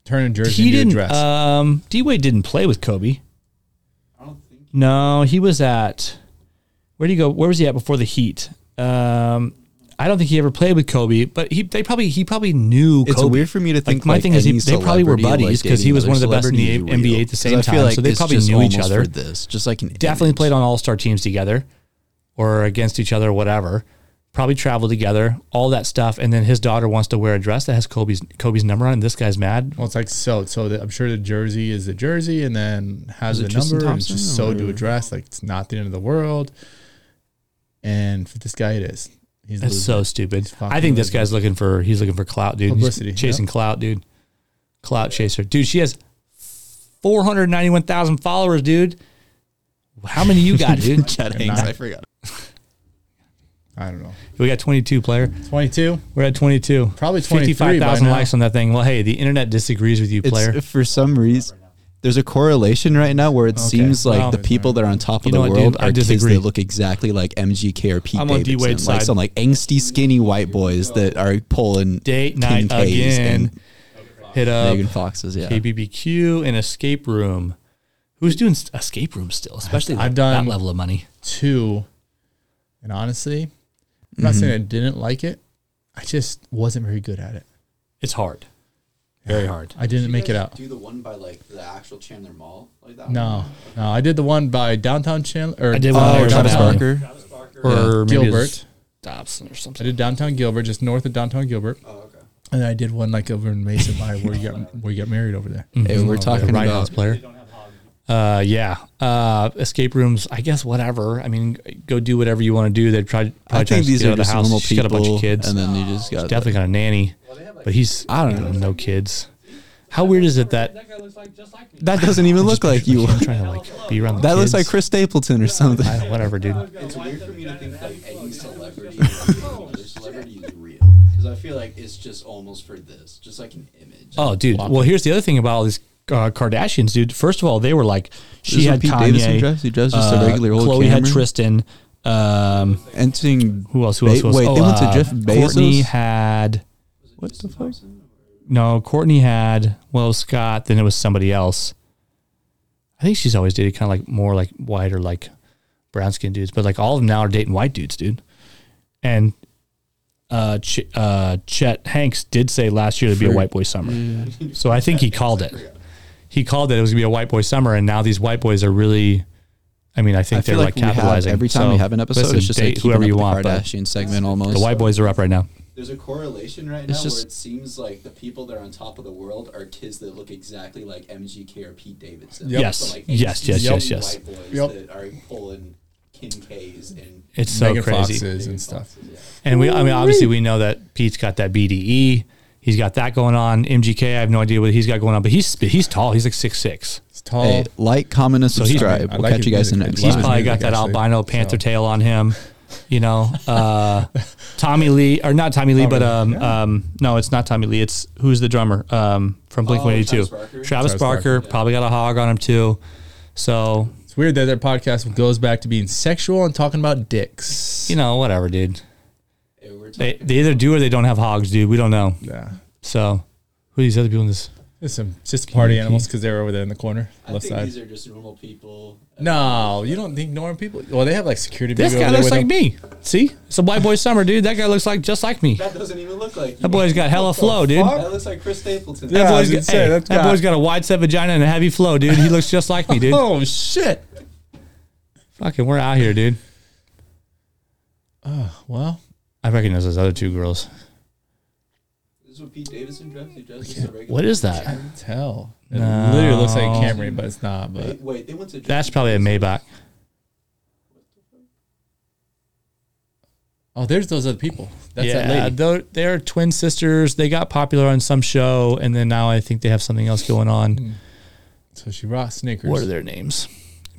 C: Turn in jersey
A: he
C: into a
A: didn't.
C: dress.
A: Um, D Wade didn't play with Kobe.
G: I don't think.
A: No, he was at. Where did he go? Where was he at before the Heat? Um, I don't think he ever played with Kobe, but he they probably he probably knew.
B: It's
A: Kobe.
B: weird for me to think,
A: my
B: like,
A: thing is he,
B: any
A: they probably were
B: celebrity,
A: buddies
B: like,
A: because he
B: dating
A: was
B: other
A: one of the best in the
B: celebrities is
A: NBA
B: real.
A: at the
B: 'Cause
A: same
B: I feel
A: time,
B: like
A: so they
B: it's
A: probably
B: just
A: knew each
B: almost
A: other.
B: For this just like an
A: definitely
B: image.
A: played on all star teams together or against each other or whatever. Probably traveled together, all that stuff, and then his daughter wants to wear a dress that has Kobe's Kobe's number on. it, And this guy's mad.
C: well, it's like so. So the, I'm sure the jersey is the jersey, and then has
B: Is
C: the
B: it Tristan
C: number, and it's
B: Thompson
C: just sewed to
B: or-
C: a dress. Like it's not the end of the world. And for this guy, it is. He's
A: That's
C: losing.
A: so stupid.
C: He's fucking
A: I think this
C: losing.
A: guy's looking for he's looking for clout, dude. He's
C: Publicity,
A: chasing clout, dude. Clout chaser, dude. She has four hundred ninety one thousand followers, dude. How many you got, dude?
B: Kidding.
C: Nah.
B: I forgot.
C: I don't know.
A: we got twenty two player.
C: Twenty-two.
A: We're at twenty two.
C: Probably 23 by
A: fifty-five thousand
C: now.
A: likes on that thing. Well, hey, the internet disagrees with you,
B: It's
A: player.
B: for some reason. There's a correlation right now where it seems like
A: Well,
B: the people that are on top of
A: you know
B: the
A: what, dude?
B: world
A: I
B: are kids
A: disagree.
B: that look exactly like MGK or Pete
A: I'm on D.
B: Davidson,
A: Wade's
B: like
A: side.
B: some like angsty, skinny white boys that are pulling
A: Date night
B: 10Ks
A: again.
B: and
A: Hit up.
B: Megan Foxes. Yeah,
A: KBBQ and escape room. Who's doing s- escape room still? Especially that-
C: I've done-
A: that level of money.
C: two. And honestly, I'm not saying I didn't like it. I just wasn't very good at it.
A: It's hard, very hard.
C: I didn't
G: you
C: make it
G: guys
C: out.
G: Do the one by like the actual Chandler Mall, like that.
C: No, no, I did the one by downtown Chandler. Or uh,
A: I did one
B: Oh,
A: on
C: downtown
A: Arizona
B: Travis
A: Valley.
B: Barker.
A: Or maybe it was
C: Gilbert.
A: Dobson or
C: I
A: something.
C: did downtown Gilbert, just north of downtown Gilbert,
G: One? Oh, okay.
C: and I did one like over in Mesa by where you got where you got married over there.
A: Mm-hmm.
B: Hey, we're talking
A: Ryan
B: about
A: House player. Uh, yeah, uh, escape rooms. I guess whatever. I mean, go do whatever you want to do. They tried.
B: I think these are
A: out of
B: just
A: the house.
B: normal
A: She's got
B: people,
A: a bunch of kids.
B: and then you just got
A: Definitely got a nanny, but he's
B: I don't
A: you
B: know.
A: no kids. How weird is it that
B: that doesn't even look like you.
A: I'm trying to like be around? The
B: That looks
A: kids?
B: like Chris Stapleton or something.
A: I don't- Whatever, dude.
G: It's weird for me to think like any celebrity, like, this celebrity is real, because I feel like it's just almost for this, just like an image.
A: Oh, dude. Well, here's the other thing about all these uh, Kardashians, dude. First of all, they were like she
B: Doesn't
A: had
B: Pete
A: Kanye,
B: Davidson dress? He dressed just a regular old
A: uh, Chloe had
B: Cameron?
A: Tristan. Um,
B: Entering
A: who else? Who else? Who else?
B: Wait,
A: Oh,
B: they went to
A: uh,
B: Jeff
A: Courtney
B: Bezos.
A: had
B: What the fuck?
A: no. Courtney had well Scott. Then it was somebody else. I think she's always dated kind of like more like white or like brown skinned dudes, but like all of them now are dating white dudes, dude. And uh, Ch- uh, Chet Hanks did say last year to be a white boy summer, so I think he called it. He called that it was gonna be a white boy summer, and now these white boys are really. I mean, I think
B: I
A: they're
B: feel like
A: like,
B: we have-
A: capitalizing.
B: every time
A: So,
B: we have an episode,
A: listen,
B: it's just
A: date
B: like
A: whoever you want,
B: the
A: but
B: Kardashian segment almost.
A: the white boys are up right now.
G: There's a correlation right
B: It's
G: now
B: just-
G: where it seems like the people that are on top of the world are kids that look exactly like MGK or Pete Davidson.
C: Yep.
A: Yes.
G: So, like,
A: Yes, yes,
G: angsty
A: yes, yes.
G: White boys
C: Yep.
G: that are pulling Kincaid's and
A: It's so
C: Megan
A: crazy.
C: Foxes and stuff.
A: And we, I mean, obviously, we know that Pete's got that BDE. He's got that going on. MGK, I have no idea what he's got going on, but he's he's tall. He's like six six.
C: It's tall.
B: Hey, like, comment, and
A: Oh. he's-
B: subscribe.
C: I
B: we'll
C: like
B: catch
C: his
B: you guys in the next
C: music.
A: He's
C: Wow.
B: one.
A: probably got
C: Music,
A: that
C: actually.
A: albino panther
C: So-
A: tail on him. You know, uh, Tommy Lee or not Tommy Lee, but um, um, no, it's not Tommy Lee. It's who's the drummer um, from Blink
G: Oh,
A: One Eighty Two.
G: Travis Barker?
A: Travis
C: Travis
A: Barker probably got a hog on him too. So
C: it's weird that their podcast goes back to being sexual and talking about dicks.
A: you know, whatever, dude.
G: and we're
A: They
G: talking
A: they either do or they don't have hogs, dude. We don't know.
C: yeah,
A: So who are these other people in this?
C: it's some just party animals because they're over there in the corner,
G: I
C: left
G: think
C: side.
G: these are just normal people.
C: No, you don't think normal people? Well, they have like security.
A: This
C: video
A: guy
C: over there
A: looks like
C: with them.
A: me. See, it's a white boy summer, dude. That guy looks like just like me.
G: That doesn't even look like you.
A: That boy's got hella flow, dude.
G: That looks like Chris Stapleton.
A: That,
C: Yeah, I
A: boy's
C: was
A: got,
C: gonna say,
A: hey,
C: that's
A: that
C: got-
A: boy's got a wide set vagina and a heavy flow, dude. He looks just like me, dude.
C: Oh shit!
A: Fucking, we're out here, dude.
C: Well,
A: I recognize those other two girls.
G: This is what Pete Davidson dressed. He dressed as a regular.
A: What is that?
C: tell it literally looks like a Camry, but it's not. But
G: Wait, wait, they went to.
A: That's probably a Maybach.
C: Oh, there's those other people. That's that lady.
A: they're, they're twin sisters. They got popular on some show, and then now I think they have something else going on.
C: So she brought sneakers.
A: What are their names?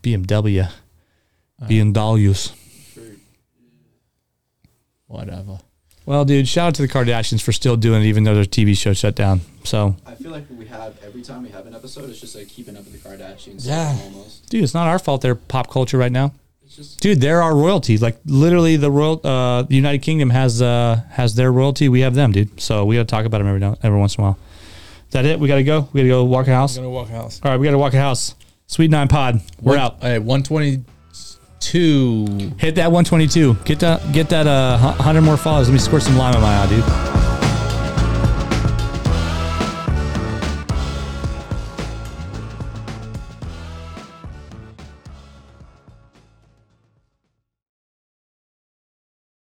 A: BMW. BMWs.
C: Whatever.
A: Well, dude, shout out to the Kardashians for still doing it, even though their TV show shut down. So,
G: I feel like we have every time we have an episode, it's just like keeping up with the Kardashians.
C: Yeah.
G: almost.
A: dude, it's not our fault they're pop culture right now.
G: It's just
A: Dude, they're our royalty. Like literally, the royal, uh, the United Kingdom has uh, has their royalty. We have them, dude. So we gotta talk about them every now, every once in a while. Is that it? We gotta go. We gotta go walk a house.
C: gonna walk house.
A: All right, we gotta walk a house. Sweet Nine Pod, we're out.
C: Hey, one twenty-two.
A: Hit that 122. Get that get that uh, 100 more followers. Let me squirt some lime in my eye, dude.